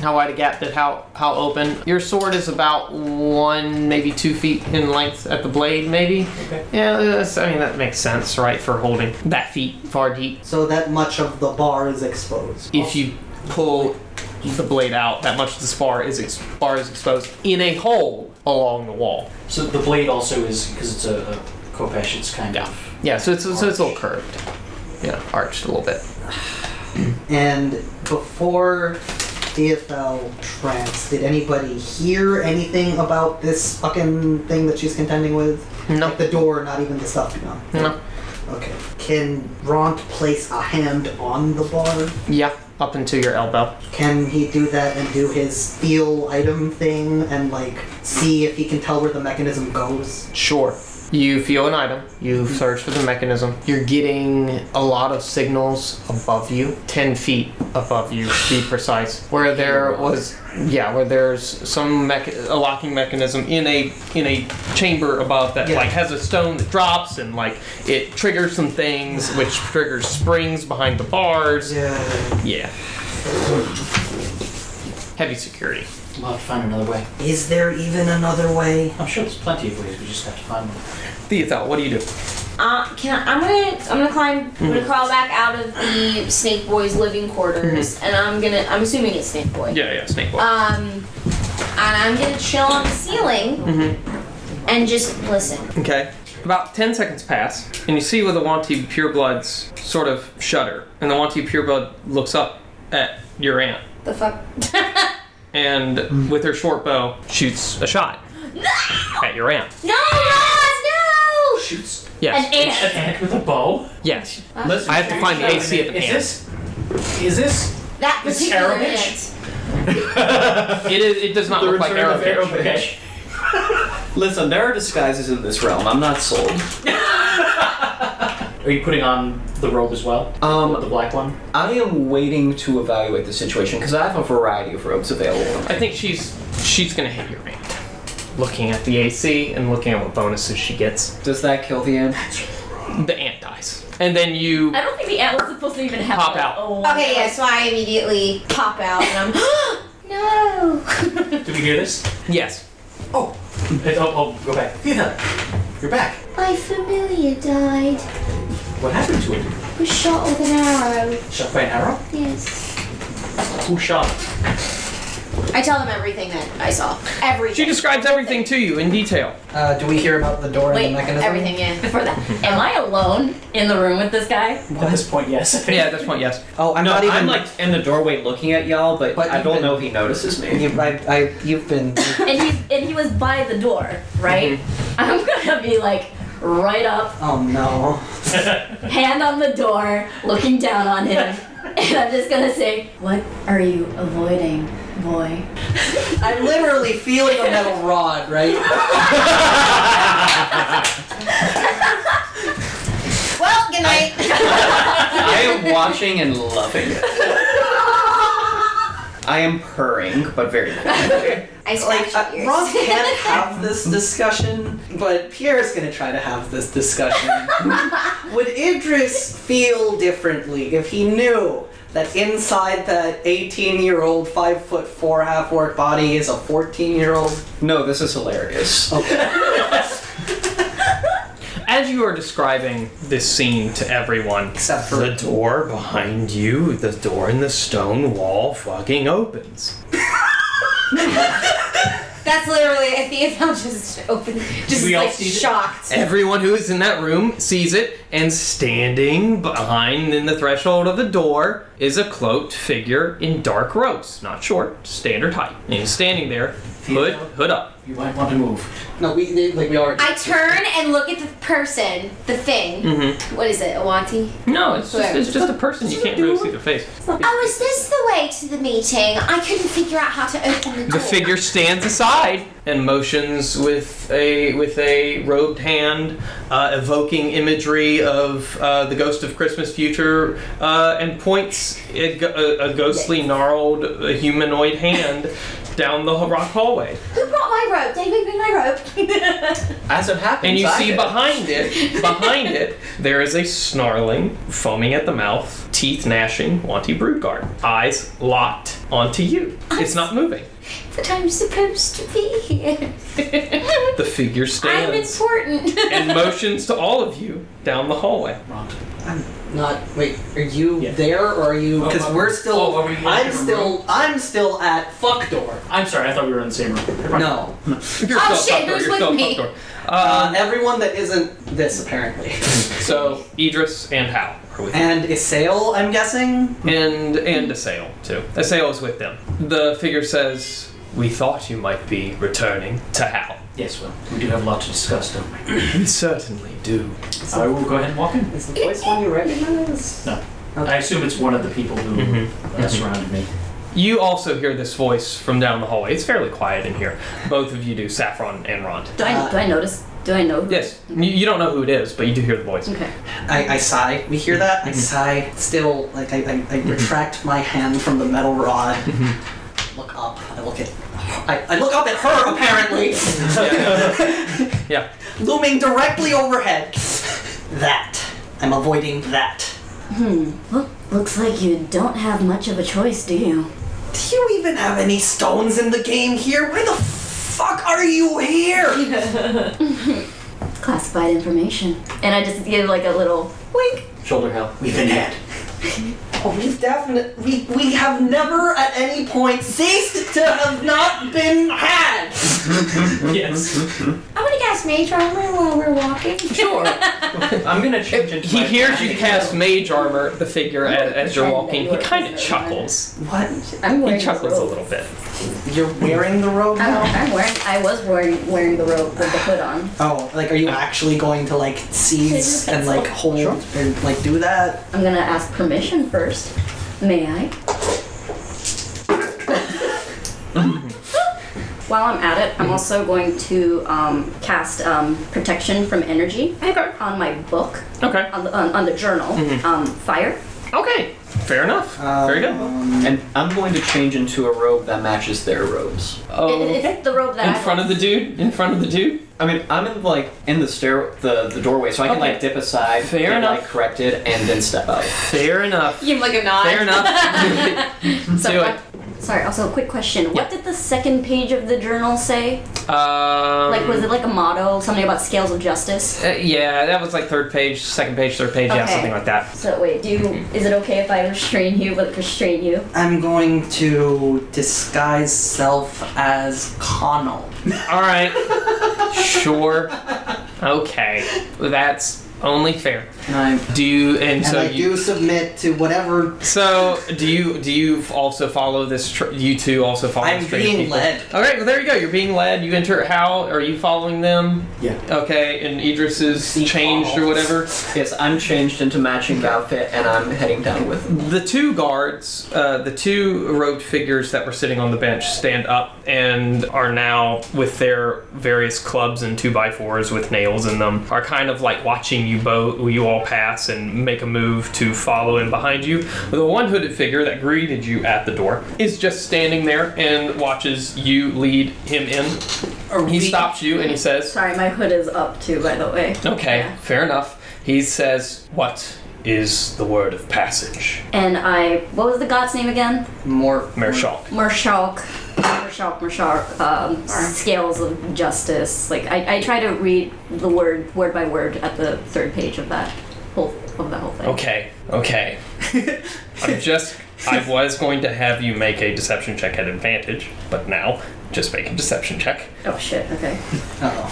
S8: How wide a gap did how how open? Your sword is about one, maybe two feet in length at the blade, maybe.
S4: Okay.
S8: Yeah, that's, I mean that makes sense, right? For holding that feet far deep.
S2: So that much of the bar is exposed.
S8: If you pull the blade out, that much of the spar is ex- bar is exposed in a hole along the wall.
S4: So the blade also is because it's a, a kopesh. It's kind
S8: Yeah.
S4: of
S8: Yeah, so it's so it's a little curved. Yeah, arched a little bit.
S2: And before DFL trance, did anybody hear anything about this fucking thing that she's contending with?
S8: No,
S2: Like the door, not even the stuff. No.
S8: no.
S2: Okay. Can Ront place a hand on the bar?
S8: Yeah, up into your elbow.
S2: Can he do that and do his feel item thing and like see if he can tell where the mechanism goes?
S8: Sure. You feel an item, you search for the mechanism. You're getting a lot of signals above you, 10 feet above you to be precise. Where there was, yeah, where there's some mecha- a locking mechanism in a in a chamber above that
S2: Yeah.
S8: like has a stone that drops and like it triggers some things, which triggers springs behind the bars.
S2: Yeah.
S8: Yeah. Heavy security.
S4: We'll have to find another way.
S2: Is there even another way?
S4: I'm sure there's plenty of ways. We just have to find one.
S8: Theothel, what do you do?
S6: Uh, can I? I'm gonna I'm gonna climb. I'm gonna crawl back out of the Snake Boy's living quarters, and I'm gonna. I'm assuming it's Snake Boy.
S8: Yeah, yeah, snake
S3: Uh,
S8: boy.
S6: Um, and I'm gonna chill on the ceiling and just listen.
S8: Okay.
S3: About 10 seconds pass, and you see where the Wanty purebloods sort of shudder. And the Wanty pureblood looks up at your aunt,
S6: The fuck?
S3: and with her short bow, shoots a shot at your aunt.
S6: No, Roz,
S4: Shoots
S6: no! An
S3: Yes.
S4: an
S6: ant.
S4: ant with a bow.
S3: Yes.
S4: Listen,
S3: I have to find the AC of an ant.
S4: Is this? Is this?
S6: That
S4: This
S6: particular
S4: Arabic?
S6: ant.
S3: It, is, it does not
S9: The
S3: look like
S9: return of
S3: arrow.
S4: Kopesh.
S9: Listen, there are disguises in this realm. I'm not sold.
S4: Are you putting on the robe as well?
S9: Um,
S4: the black one.
S9: I am waiting to evaluate the situation because I have a variety of robes available.
S3: I think she's she's gonna hit your aunt. Looking at the AC and looking at what bonuses she gets,
S9: Does that kill the ant?
S3: the ant dies, and then you
S5: I don't think the ant was supposed to even have
S3: Pop
S5: like,
S3: out.
S5: a one-
S6: Okay, yeah. So I immediately pop out and I'm. no.
S4: Did we hear this?
S3: yes.
S4: Oh. Hey, oh, oh, go back. Theta, you're back.
S6: My familiar died.
S4: What happened to it?
S6: Was shot with an arrow.
S4: Shot by an arrow?
S6: Yes.
S4: Who shot?
S6: I tell them everything that I saw. Everything.
S3: She describes everything to you in detail.
S2: Uh, do we hear about the door
S6: Wait,
S2: and the mechanism?
S6: everything, yeah.
S5: Before that, am I alone in the room with this guy?
S4: At this point, yes. I think.
S3: Yeah, at this point, yes.
S2: Oh, I'm
S9: no,
S2: not even.
S9: I'm like in the doorway looking at y'all, but,
S2: But
S9: I
S2: you've
S9: don't
S2: been-
S9: know if he notices me.
S2: you, I, I, you've been.
S5: And he's and he was by the door, right?
S3: Mm-hmm.
S5: I'm gonna be like right up,
S2: Oh no.
S5: hand on the door, looking down on him, and I'm just gonna say, "What are you avoiding,
S3: Uh,
S5: boy?"
S2: I'm literally feeling a metal rod, right?
S6: Well, good night.
S9: I am watching and loving it. I am purring, but very.
S6: I
S2: Like,
S6: scratched
S2: uh,
S6: your ears.
S2: Ross can't have this discussion, but Pierre's gonna try to have this discussion. Would Idris feel differently if he knew that inside that 18 year old, 5 foot 4 half work body is a 14 year old?
S9: No, this is hilarious.
S3: As you are describing this scene to everyone,
S2: Except for-
S3: the door behind you, the door in the stone wall fucking opens.
S6: That's literally I think I'm just open, just
S4: We all
S6: like
S4: see it?
S6: shocked.
S3: Everyone who is in that room sees it, and standing behind in the threshold of the door is a cloaked figure in dark robes, not short, standard height. And he's standing there, hood hood up.
S4: You might want to move.
S2: No, we, they- like, we already.
S6: I turn and look at the person, the thing.
S3: Mm.
S6: What is it, Awanti?
S3: Mm-hmm. No, it's just, it's just a person. You can't really see their face.
S6: Oh, is this the way to the meeting? I couldn't figure out how to open the
S3: The
S6: door.
S3: figure stands aside and motions with a with a robed hand, uh, evoking imagery of uh, the ghost of Christmas future, uh, and points a, g- a- a ghostly, gnarled, uh, humanoid hand down the rock hallway.
S6: Who brought my rope? David bring my rope.
S9: As it happens,
S3: And you
S9: I
S3: see
S9: did.
S3: behind it, behind it, there is a snarling, foaming at the mouth, teeth gnashing, wanty broodguard, eyes locked onto you. It's not moving.
S6: but I'm supposed to be here.
S3: The figure
S6: I'm
S3: stands.
S6: important.
S3: and motions to all of you down the hallway.
S4: Rhonda.
S2: Not wait. Are you
S4: Yeah.
S2: there or are you?
S4: Oh,
S2: Because
S4: oh,
S2: we're still.
S4: oh, are we in a
S2: I'm
S4: different
S2: still. I'm still at fuck door.
S4: I'm sorry, I thought we were in the same room. Never mind.
S2: No,
S3: You're
S6: Oh,
S3: still at Puckdoor,
S6: shit, who's
S3: you're
S6: with
S3: still at
S6: me?
S3: Puckdoor.
S2: uh,
S3: Uh,
S2: everyone that isn't this apparently,
S3: so Idris and Hal are with you.
S2: and Isail, I'm guessing.
S3: and and Asail too. Asail is with them. The figure says, "We thought you might be returning to Hal."
S4: Yes, well, we do have a lot to discuss, don't we?
S3: We certainly do.
S4: I will go ahead and walk in.
S2: Is the voice one you recognize?
S4: No. I assume it's one of the people who uh, surrounded me.
S3: You also hear this voice from down the hallway. It's fairly quiet in here. Both of you do, Saffron and Rond.
S5: Do I do I notice? Do I know?
S3: Yes, you, you don't know who it is, but you do hear the voice.
S5: Okay.
S2: I, I sigh. We hear that. I sigh. Still, like I, I, I retract my hand from the metal rod. Look up. I look at. I, I look up at her apparently,
S3: Yeah.
S2: looming directly overhead. That. I'm avoiding that.
S5: Well, looks like you don't have much of a choice, do you?
S2: Do you even have any stones in the game here? Why the fuck are you here?
S5: Classified information. And I just give like a little wink.
S4: Shoulder help.
S2: We've been had. Oh, we've definitely we we have never at any point ceased to have not been had. Mm-hmm.
S4: Yes.
S6: I want to guess mage armor while we're walking.
S3: Sure.
S9: I'm gonna change into
S3: He
S9: my
S3: hears you cast mage armor, the figure, as, as you're walking. He kind of chuckles.
S2: What?
S5: I'm
S3: He
S5: wearing
S3: chuckles
S5: the
S3: a
S5: robe.
S3: little bit.
S2: You're wearing the robe
S5: I'm,
S2: now?
S5: I'm wearing. I was wearing wearing the robe with the hood on.
S2: Oh, like are you actually going to like seize and like hold and like do that?
S5: I'm gonna ask permission first. May I? While I'm at it, I'm also going to um, cast um, protection from energy on my book,
S3: Okay.
S5: on the, on, on the journal,
S3: Mm-hmm.
S5: um, fire.
S3: Okay. Fair enough.
S2: Um,
S3: Very good.
S9: And I'm going to change into a robe that matches their robes.
S3: Oh,
S5: It- it's the robe that
S3: in
S5: I
S3: front of the dude. In front of the dude.
S9: I mean, I'm in like in the stair, the the doorway, so I can
S3: Okay.
S9: like dip aside,
S3: Fair
S9: get like
S3: enough.
S9: corrected, and then step up.
S3: Fair enough.
S6: Give him like a nod.
S3: Fair enough. Do it.
S5: uh, Sorry, also a quick question. What did the second page of the journal say?
S3: Um,
S5: Like, was it like a motto? Something about scales of justice?
S3: uh, yeah, that was like third page, second page, third page, yeah,
S5: Okay.
S3: something like that.
S5: So, wait, do you, is it okay if I restrain you, but restrain you?
S2: I'm going to disguise self as Connell.
S3: All right. sure. Okay. That's only fair.
S2: And I,
S3: Do you and,
S2: and
S3: so
S2: I
S3: you
S2: do submit to whatever
S3: so do you do you also follow this? Tr- you two also follow.
S2: I'm
S3: this train of
S2: being
S3: people?
S2: led.
S3: All right. Well, there you go. You're being led. You enter. How are you following them?
S4: Yeah.
S3: Okay. And Idris is
S2: See
S3: changed or
S2: all.
S3: whatever.
S9: Yes, I'm changed into matching outfit and I'm heading down with them.
S3: The two guards, uh, the two robed figures that were sitting on the bench, stand up and are now with their various clubs and two by fours with nails in them. Are kind of like watching you both, you all pass and make a move to follow in behind you. The one hooded figure that greeted you at the door is just standing there and watches you lead him in. He stops you and he says,
S5: Sorry, my hood is up too, by the way.
S3: "Okay,
S5: Yeah.
S3: fair enough." He says, "What is the word of passage,
S5: And I, what was the god's name again?
S2: more
S3: Mershal?"
S5: Marshalk. Marshalk, Marshalk, um, scales of justice. Like, I, I try to read the word, word by word at the third page of that whole, of that whole thing.
S3: Okay, okay. I'm just. I was going to have you make a deception check at advantage, but now just make a deception check.
S5: Oh shit, okay.
S2: Uh-oh.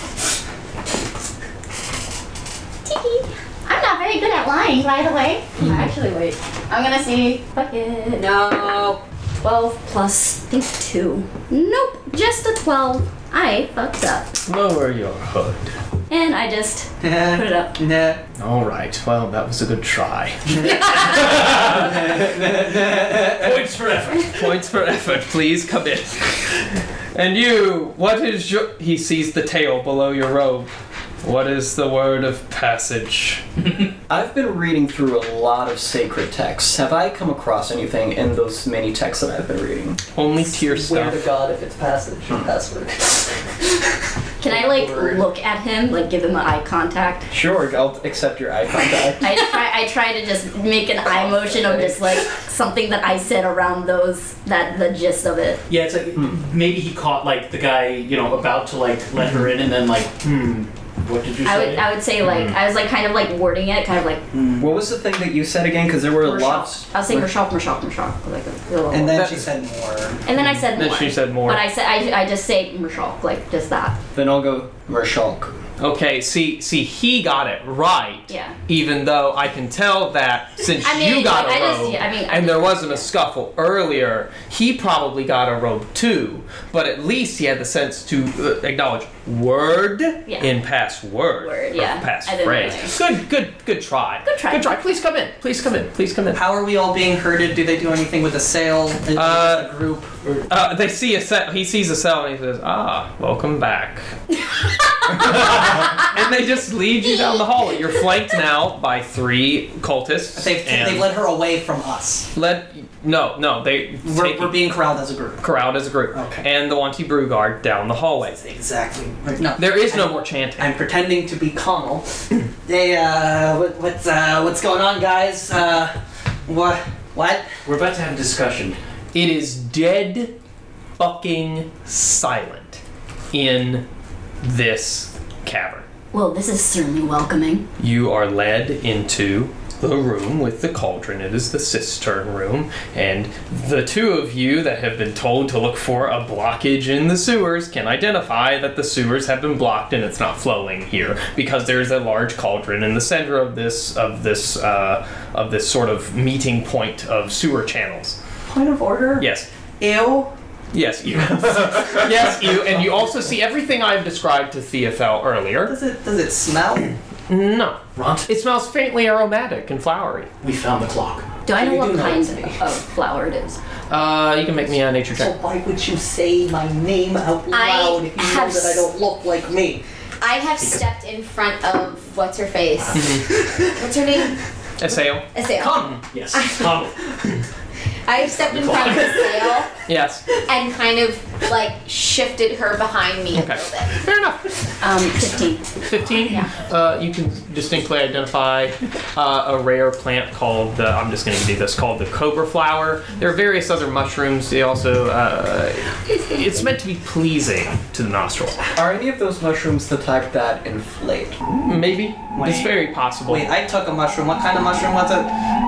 S6: I'm not very good at lying, by the way.
S5: Actually, wait.
S6: I'm gonna see.
S5: Fuck it. No. 12 plus, I think, 2. Nope, just a 12. I fucked up.
S3: Lower your hood.
S5: And I just put it up.
S2: Nah.
S3: All right. Well, that was a good try. Points for effort. Points for effort. Please come in. And you, what is your? He sees the tail below your robe. What is the word of passage?
S9: I've been reading through a lot of sacred texts. Have I come across anything in those many texts that I've been reading?
S3: Only tear
S2: Swear to
S3: stuff. Hmm.
S2: God, if it's passage, password.
S5: Can I, like,
S2: Word.
S5: look at him? Like, give him eye contact?
S9: Sure, I'll accept your eye contact.
S5: I try, I try to just make an eye motion of just, like, something that I said around those, that the gist of it.
S4: Yeah, it's like
S2: Mm-hmm.
S4: maybe he caught like the guy, you know, about to like let her in, and then like, hmm, what did you
S5: I
S4: say?
S5: would, I would say, like, I was, like, kind of, like, wording it, kind of like,
S9: what was the thing that you said again? Because there were
S5: Mershal.
S9: lots.
S5: I was saying, Mershal, Mershal, Mershal. Like, a little
S2: And then
S3: That-
S2: she said more.
S5: and then I said
S3: Then
S5: more.
S3: she said more.
S5: But I said, I, I just say Mershal, like, just that.
S9: Then I'll go Mershalk.
S3: Okay. See, see, he got it right.
S5: Yeah.
S3: even though I can tell that since
S5: I mean,
S3: you got
S5: like,
S3: a
S5: I
S3: robe,
S5: just- yeah, I mean, I
S3: and there
S5: just-
S3: wasn't a scuffle earlier, he probably got a robe too. But at least he had the sense to uh, acknowledge word
S5: Yeah.
S3: in past word,
S5: Word,
S3: or
S5: yeah.
S3: past
S5: I didn't
S3: phrase. Good, good, good try.
S5: Good try.
S3: Good try. Please come in. Please come in. Please come in.
S2: How are we all being herded? Do they do anything with the sale? Is it
S3: Uh,
S2: just a group?
S3: Uh, they see a cell. He sees a cell and he says, "Ah, welcome back." and they just lead you down the hallway. You're flanked now by three cultists.
S2: They've,
S3: and
S2: they've led her away from us.
S3: Let no, no. They
S2: We're,
S3: take-
S2: we're being corralled as a group.
S3: corralled as a group,
S2: Okay.
S3: and the Wanty Brew Guard down the hallway.
S2: Exactly. Right. No.
S3: There is no
S2: I'm-
S3: more chanting.
S2: I'm pretending to be Connell. hey, uh, what, what's uh, what's going on, guys? Uh, what what?
S4: We're about to have a discussion.
S3: It is dead, fucking silent in this cavern.
S5: Well, this is certainly welcoming.
S3: You are led into the room with the cauldron. It is the cistern room, and the two of you that have been told to look for a blockage in the sewers can identify that the sewers have been blocked and it's not flowing here because there is a large cauldron in the center of this of this uh, of this sort of meeting point of sewer channels.
S2: Point of order.
S3: Yes.
S2: Ew.
S3: Yes, you. yes, you. And you also see everything I've described to Theophel earlier.
S2: Does it does it smell?
S3: No.
S4: Runt,
S3: It smells faintly aromatic and flowery.
S4: we found the clock.
S5: Do I know
S2: You
S5: what
S2: do know
S5: kind
S2: it's me.
S5: of flower it is?
S3: Uh, you can make me a nature
S2: So
S3: check.
S2: why would you say my name out loud if you know
S6: have
S2: that I
S6: s-
S2: don't look like me?
S6: I have stepped in front of what's her face. what's her name?
S2: Oh.
S3: A sale.
S6: Assail.
S4: Yes. Connell.
S6: I stepped in front of the sail
S3: Yes.
S6: and kind of like shifted her behind me a
S3: Okay.
S6: little bit.
S3: Fair enough.
S5: Um, 15.
S3: 15. Uh, you can distinctly identify uh, a rare plant called the, I'm just going to do this, called the cobra flower. There are various other mushrooms. They also, uh, it's meant to be pleasing to the nostril.
S9: Are any of those mushrooms the type that inflate?
S3: Maybe. It's
S2: Wait.
S3: very possible.
S2: Wait, I took a mushroom. What kind of mushroom was it?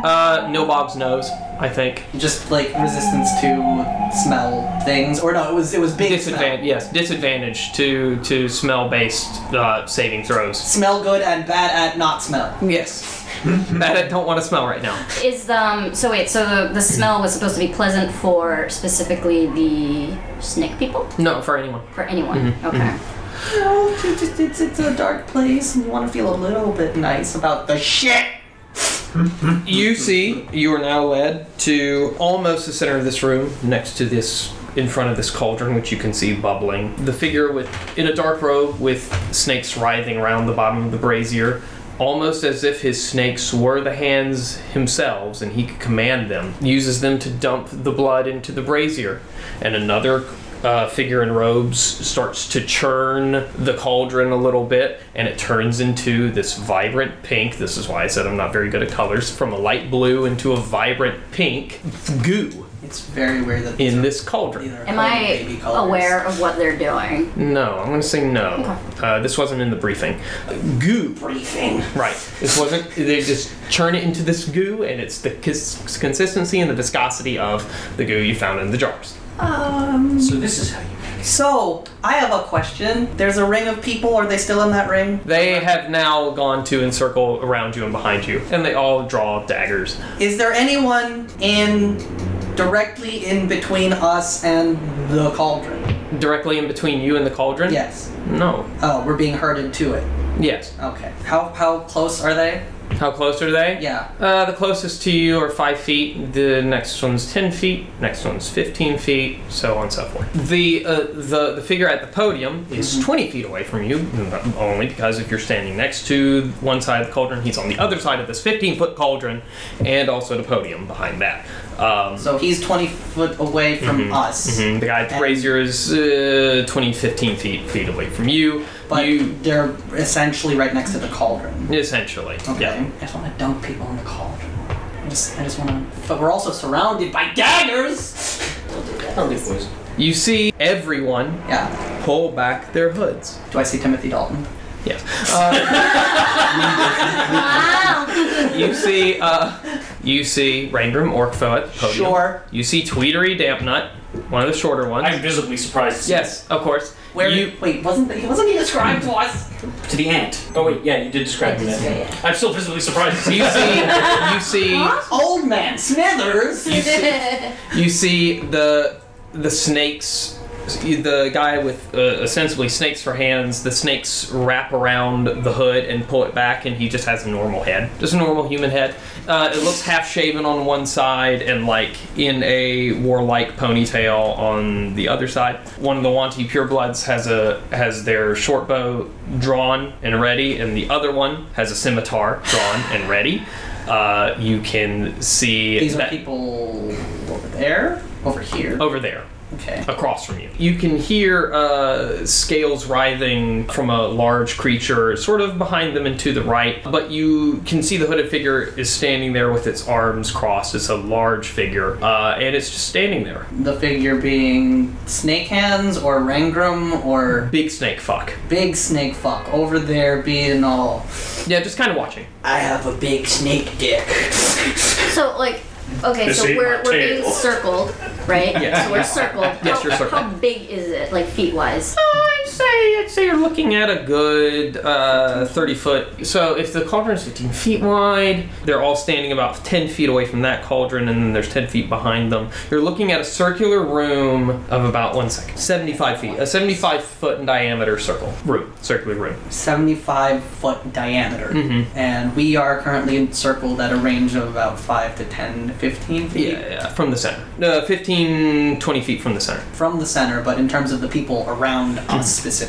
S3: Uh, no Bob's nose, I think.
S2: Just like resistance to smell things, or no? It was it was big
S3: Disadvantage, yes, disadvantage to to smell based uh, saving throws.
S2: smell. Smell good and bad at not smell.
S3: Yes, that I don't want to smell right now.
S5: Is um so wait so the, the smell was supposed to be pleasant for specifically the snake people
S3: No, for anyone.
S5: for anyone
S3: Mm-hmm.
S5: okay
S2: No, it's, just- it's, it's a dark place, and you want to feel a little bit nice about the shit.
S3: You see, you are now led to almost the center of this room, next to this, in front of this cauldron, which you can see bubbling. The figure with in a dark robe with snakes writhing around the bottom of the brazier, almost as if his snakes were the hands himselves and he could command them, uses them to dump the blood into the brazier. And another uh, figure in robes starts to churn the cauldron a little bit and it turns into this vibrant pink. This is why I said I'm not very good at colors. From a light blue into a vibrant pink goo
S2: It's very weird that these
S3: in this cauldron.
S2: are
S5: am
S2: colored
S5: I
S2: baby colors.
S5: aware of what they're doing
S3: No, I'm gonna say no. Uh, this wasn't in the briefing. Goo.
S2: Briefing.
S3: Right. This wasn't. They just churn it into this goo, and it's the cons- consistency and the viscosity of the goo you found in the jars.
S4: So this is how you.
S2: So I have a question. There's a ring of people. Are they still in that ring?
S3: They have now gone to encircle around you and behind you, and they all draw daggers.
S2: Is there anyone in directly in between us and the cauldron?
S3: Directly in between you and the cauldron?
S2: Yes.
S3: No.
S2: Oh, we're being herded to it.
S3: Yes.
S2: Okay. How how close are they?
S3: How close are they?
S2: Yeah.
S3: Uh, the closest to you are 5 feet, the next one's 10 feet, next one's 15 feet, so on and so forth. The, uh, the, the figure at the podium is 20 feet away from you, only because if you're standing next to one side of the cauldron, he's on the other side of this 15 foot cauldron, and also the podium behind that. Um,
S2: So he's 20 foot away from us.
S3: mhm, the guy at the brazier is uh, 20, 15 feet, feet away from you.
S2: But
S3: you
S2: they're essentially right next to the cauldron.
S3: essentially.
S2: Okay.
S3: Yeah.
S2: I just want to dunk people in the cauldron. I just, I just want to. But we're also surrounded by daggers!
S4: Probably poison.
S3: You see everyone
S2: Yeah.
S3: pull back their hoods.
S2: Do I see Timothy Dalton?
S3: Yes. Uh, you see, uh, you see Rangrim Orkfo at the podium.
S2: Sure.
S3: You see Tweedery Dampnut, one of the shorter ones.
S4: I'm visibly surprised. to see
S3: yes, of course.
S2: Where
S3: you?
S2: Wait, wasn't he wasn't he described to us?
S4: that. To the ant. Oh wait, yeah, you did describe me that. I'm still visibly surprised. To see
S3: You see, you see,
S2: Old man Smithers.
S3: you see, you see the the snakes. The guy with uh, ostensibly snakes for hands, the snakes wrap around the hood and pull it back, and he just has a normal head. Just a normal human head. Uh, it looks half shaven on one side and like in a warlike ponytail on the other side. One of the Wanty purebloods has a has their short bow drawn and ready, and the other one has a scimitar drawn and ready. Uh, you can see
S2: These are
S3: that
S2: people over there, over here.
S3: over there
S2: Okay.
S3: across from you. You can hear uh, scales writhing from a large creature sort of behind them and to the right, but you can see the hooded figure is standing there with its arms crossed. It's a large figure, uh, and it's just standing there.
S2: The figure being Snake Hands or Rangram or
S3: Big snake fuck.
S2: Big Snake Fuck over there being all.
S3: Yeah, just kind of watching.
S2: I have a big snake dick.
S5: so like
S6: Okay,
S1: This
S6: so
S1: ain't
S6: we're,
S1: my
S6: we're being
S1: tail.
S5: circled right
S3: Yes.
S5: so we're circled
S3: Yes,
S5: how,
S3: you're circled.
S5: how big is it like feet wise
S3: I'd say I'd say you're looking at a good uh, 30 foot. So if the cauldron is 15 feet wide, they're all standing about 10 feet away from that cauldron, and then there's 10 feet behind them. You're looking at a circular room of about one second, 75 feet, a 75 foot in diameter circle room, circular room.
S2: 75 foot diameter.
S3: Mm-hmm.
S2: And we are currently encircled at a range of about 5 to 10 to 15 feet
S3: Yeah, yeah, from the center, uh, 15, 20 feet from the center.
S2: from the center, but in terms of the people around
S9: Hmm.
S2: us specifically.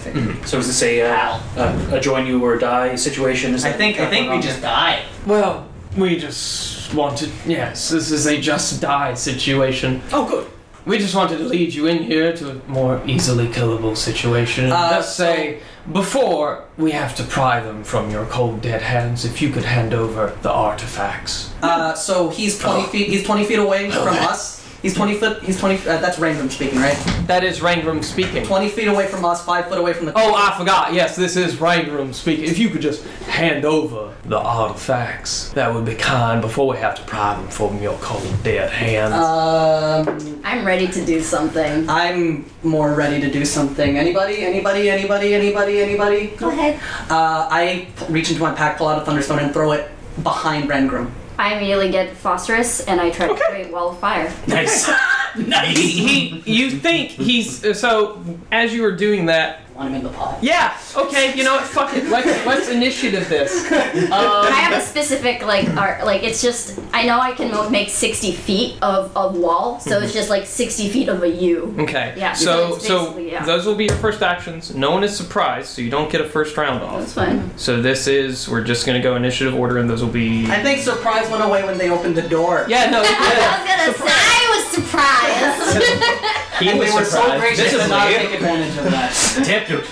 S4: So is this a uh, uh, a join you or die situation? Is
S2: I
S4: that
S2: think I
S4: what's
S2: think we
S4: going on?
S2: just die.
S3: Well, We just wanted. Yes, this is a just die situation.
S2: Oh, good.
S3: We just wanted to lead you in here to a more easily killable situation.
S2: Uh,
S3: Let's say, before we have to pry them from your cold, dead hands, if you could hand over the artifacts.
S2: Uh, so he's
S9: Oh.
S2: twenty feet. He's twenty feet away from us. He's twenty foot. He's twenty. Uh, that's random speaking, right?
S9: Hmm.
S3: That is Rangram speaking.
S2: Twenty feet away from us. Five foot away from the.
S3: Oh,
S9: ah,
S3: I forgot. Yes, this is Rangram speaking. If you could just hand over the artifacts, that would be kind before we have to pry them from your cold, dead hands.
S2: Um,
S5: I'm ready to do something.
S2: I'm more ready to do something. Anybody? Anybody? Anybody? Anybody? Anybody?
S11: Go ahead.
S2: Uh, I p- reach into my pack, pull out a thunderstone, and throw it behind Rengrim.
S5: I immediately get phosphorus and I try to create wall of fire.
S12: Nice. nice.
S13: He, you think he's so? As you were doing that,
S2: Want him in the pot?
S13: yeah, okay. You know what? Fuck it. Let's let's initiative this. Um,
S5: I have a specific like art, like it's just I know I can mo- make sixty feet of of wall, so it's just like sixty feet of a U.
S13: okay.
S5: Yeah,
S13: So
S5: it's
S13: so
S5: basically, yeah.
S13: those will be your first actions. No one is surprised, so you don't get a first round
S5: That's
S13: off.
S5: fine.
S13: So this is we're just gonna go initiative order, and those will be.
S2: I think surprise went away when they opened the door.
S13: Yeah. No.
S11: I was gonna say I was surprised.
S9: He
S2: And
S9: was
S2: they were so
S9: surprised.
S2: gracious
S9: This
S2: to
S9: is
S2: not
S9: weird.
S2: take advantage of that.
S12: Damn, dude.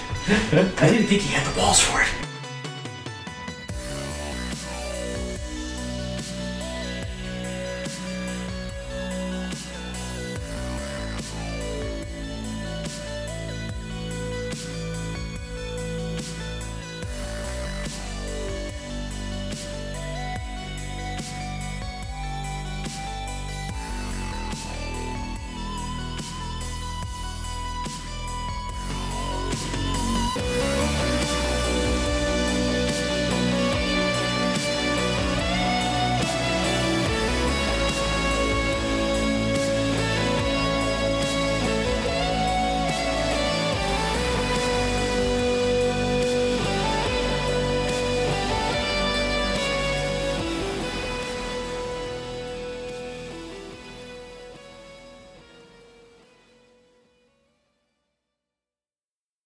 S12: I didn't think he had the balls for it.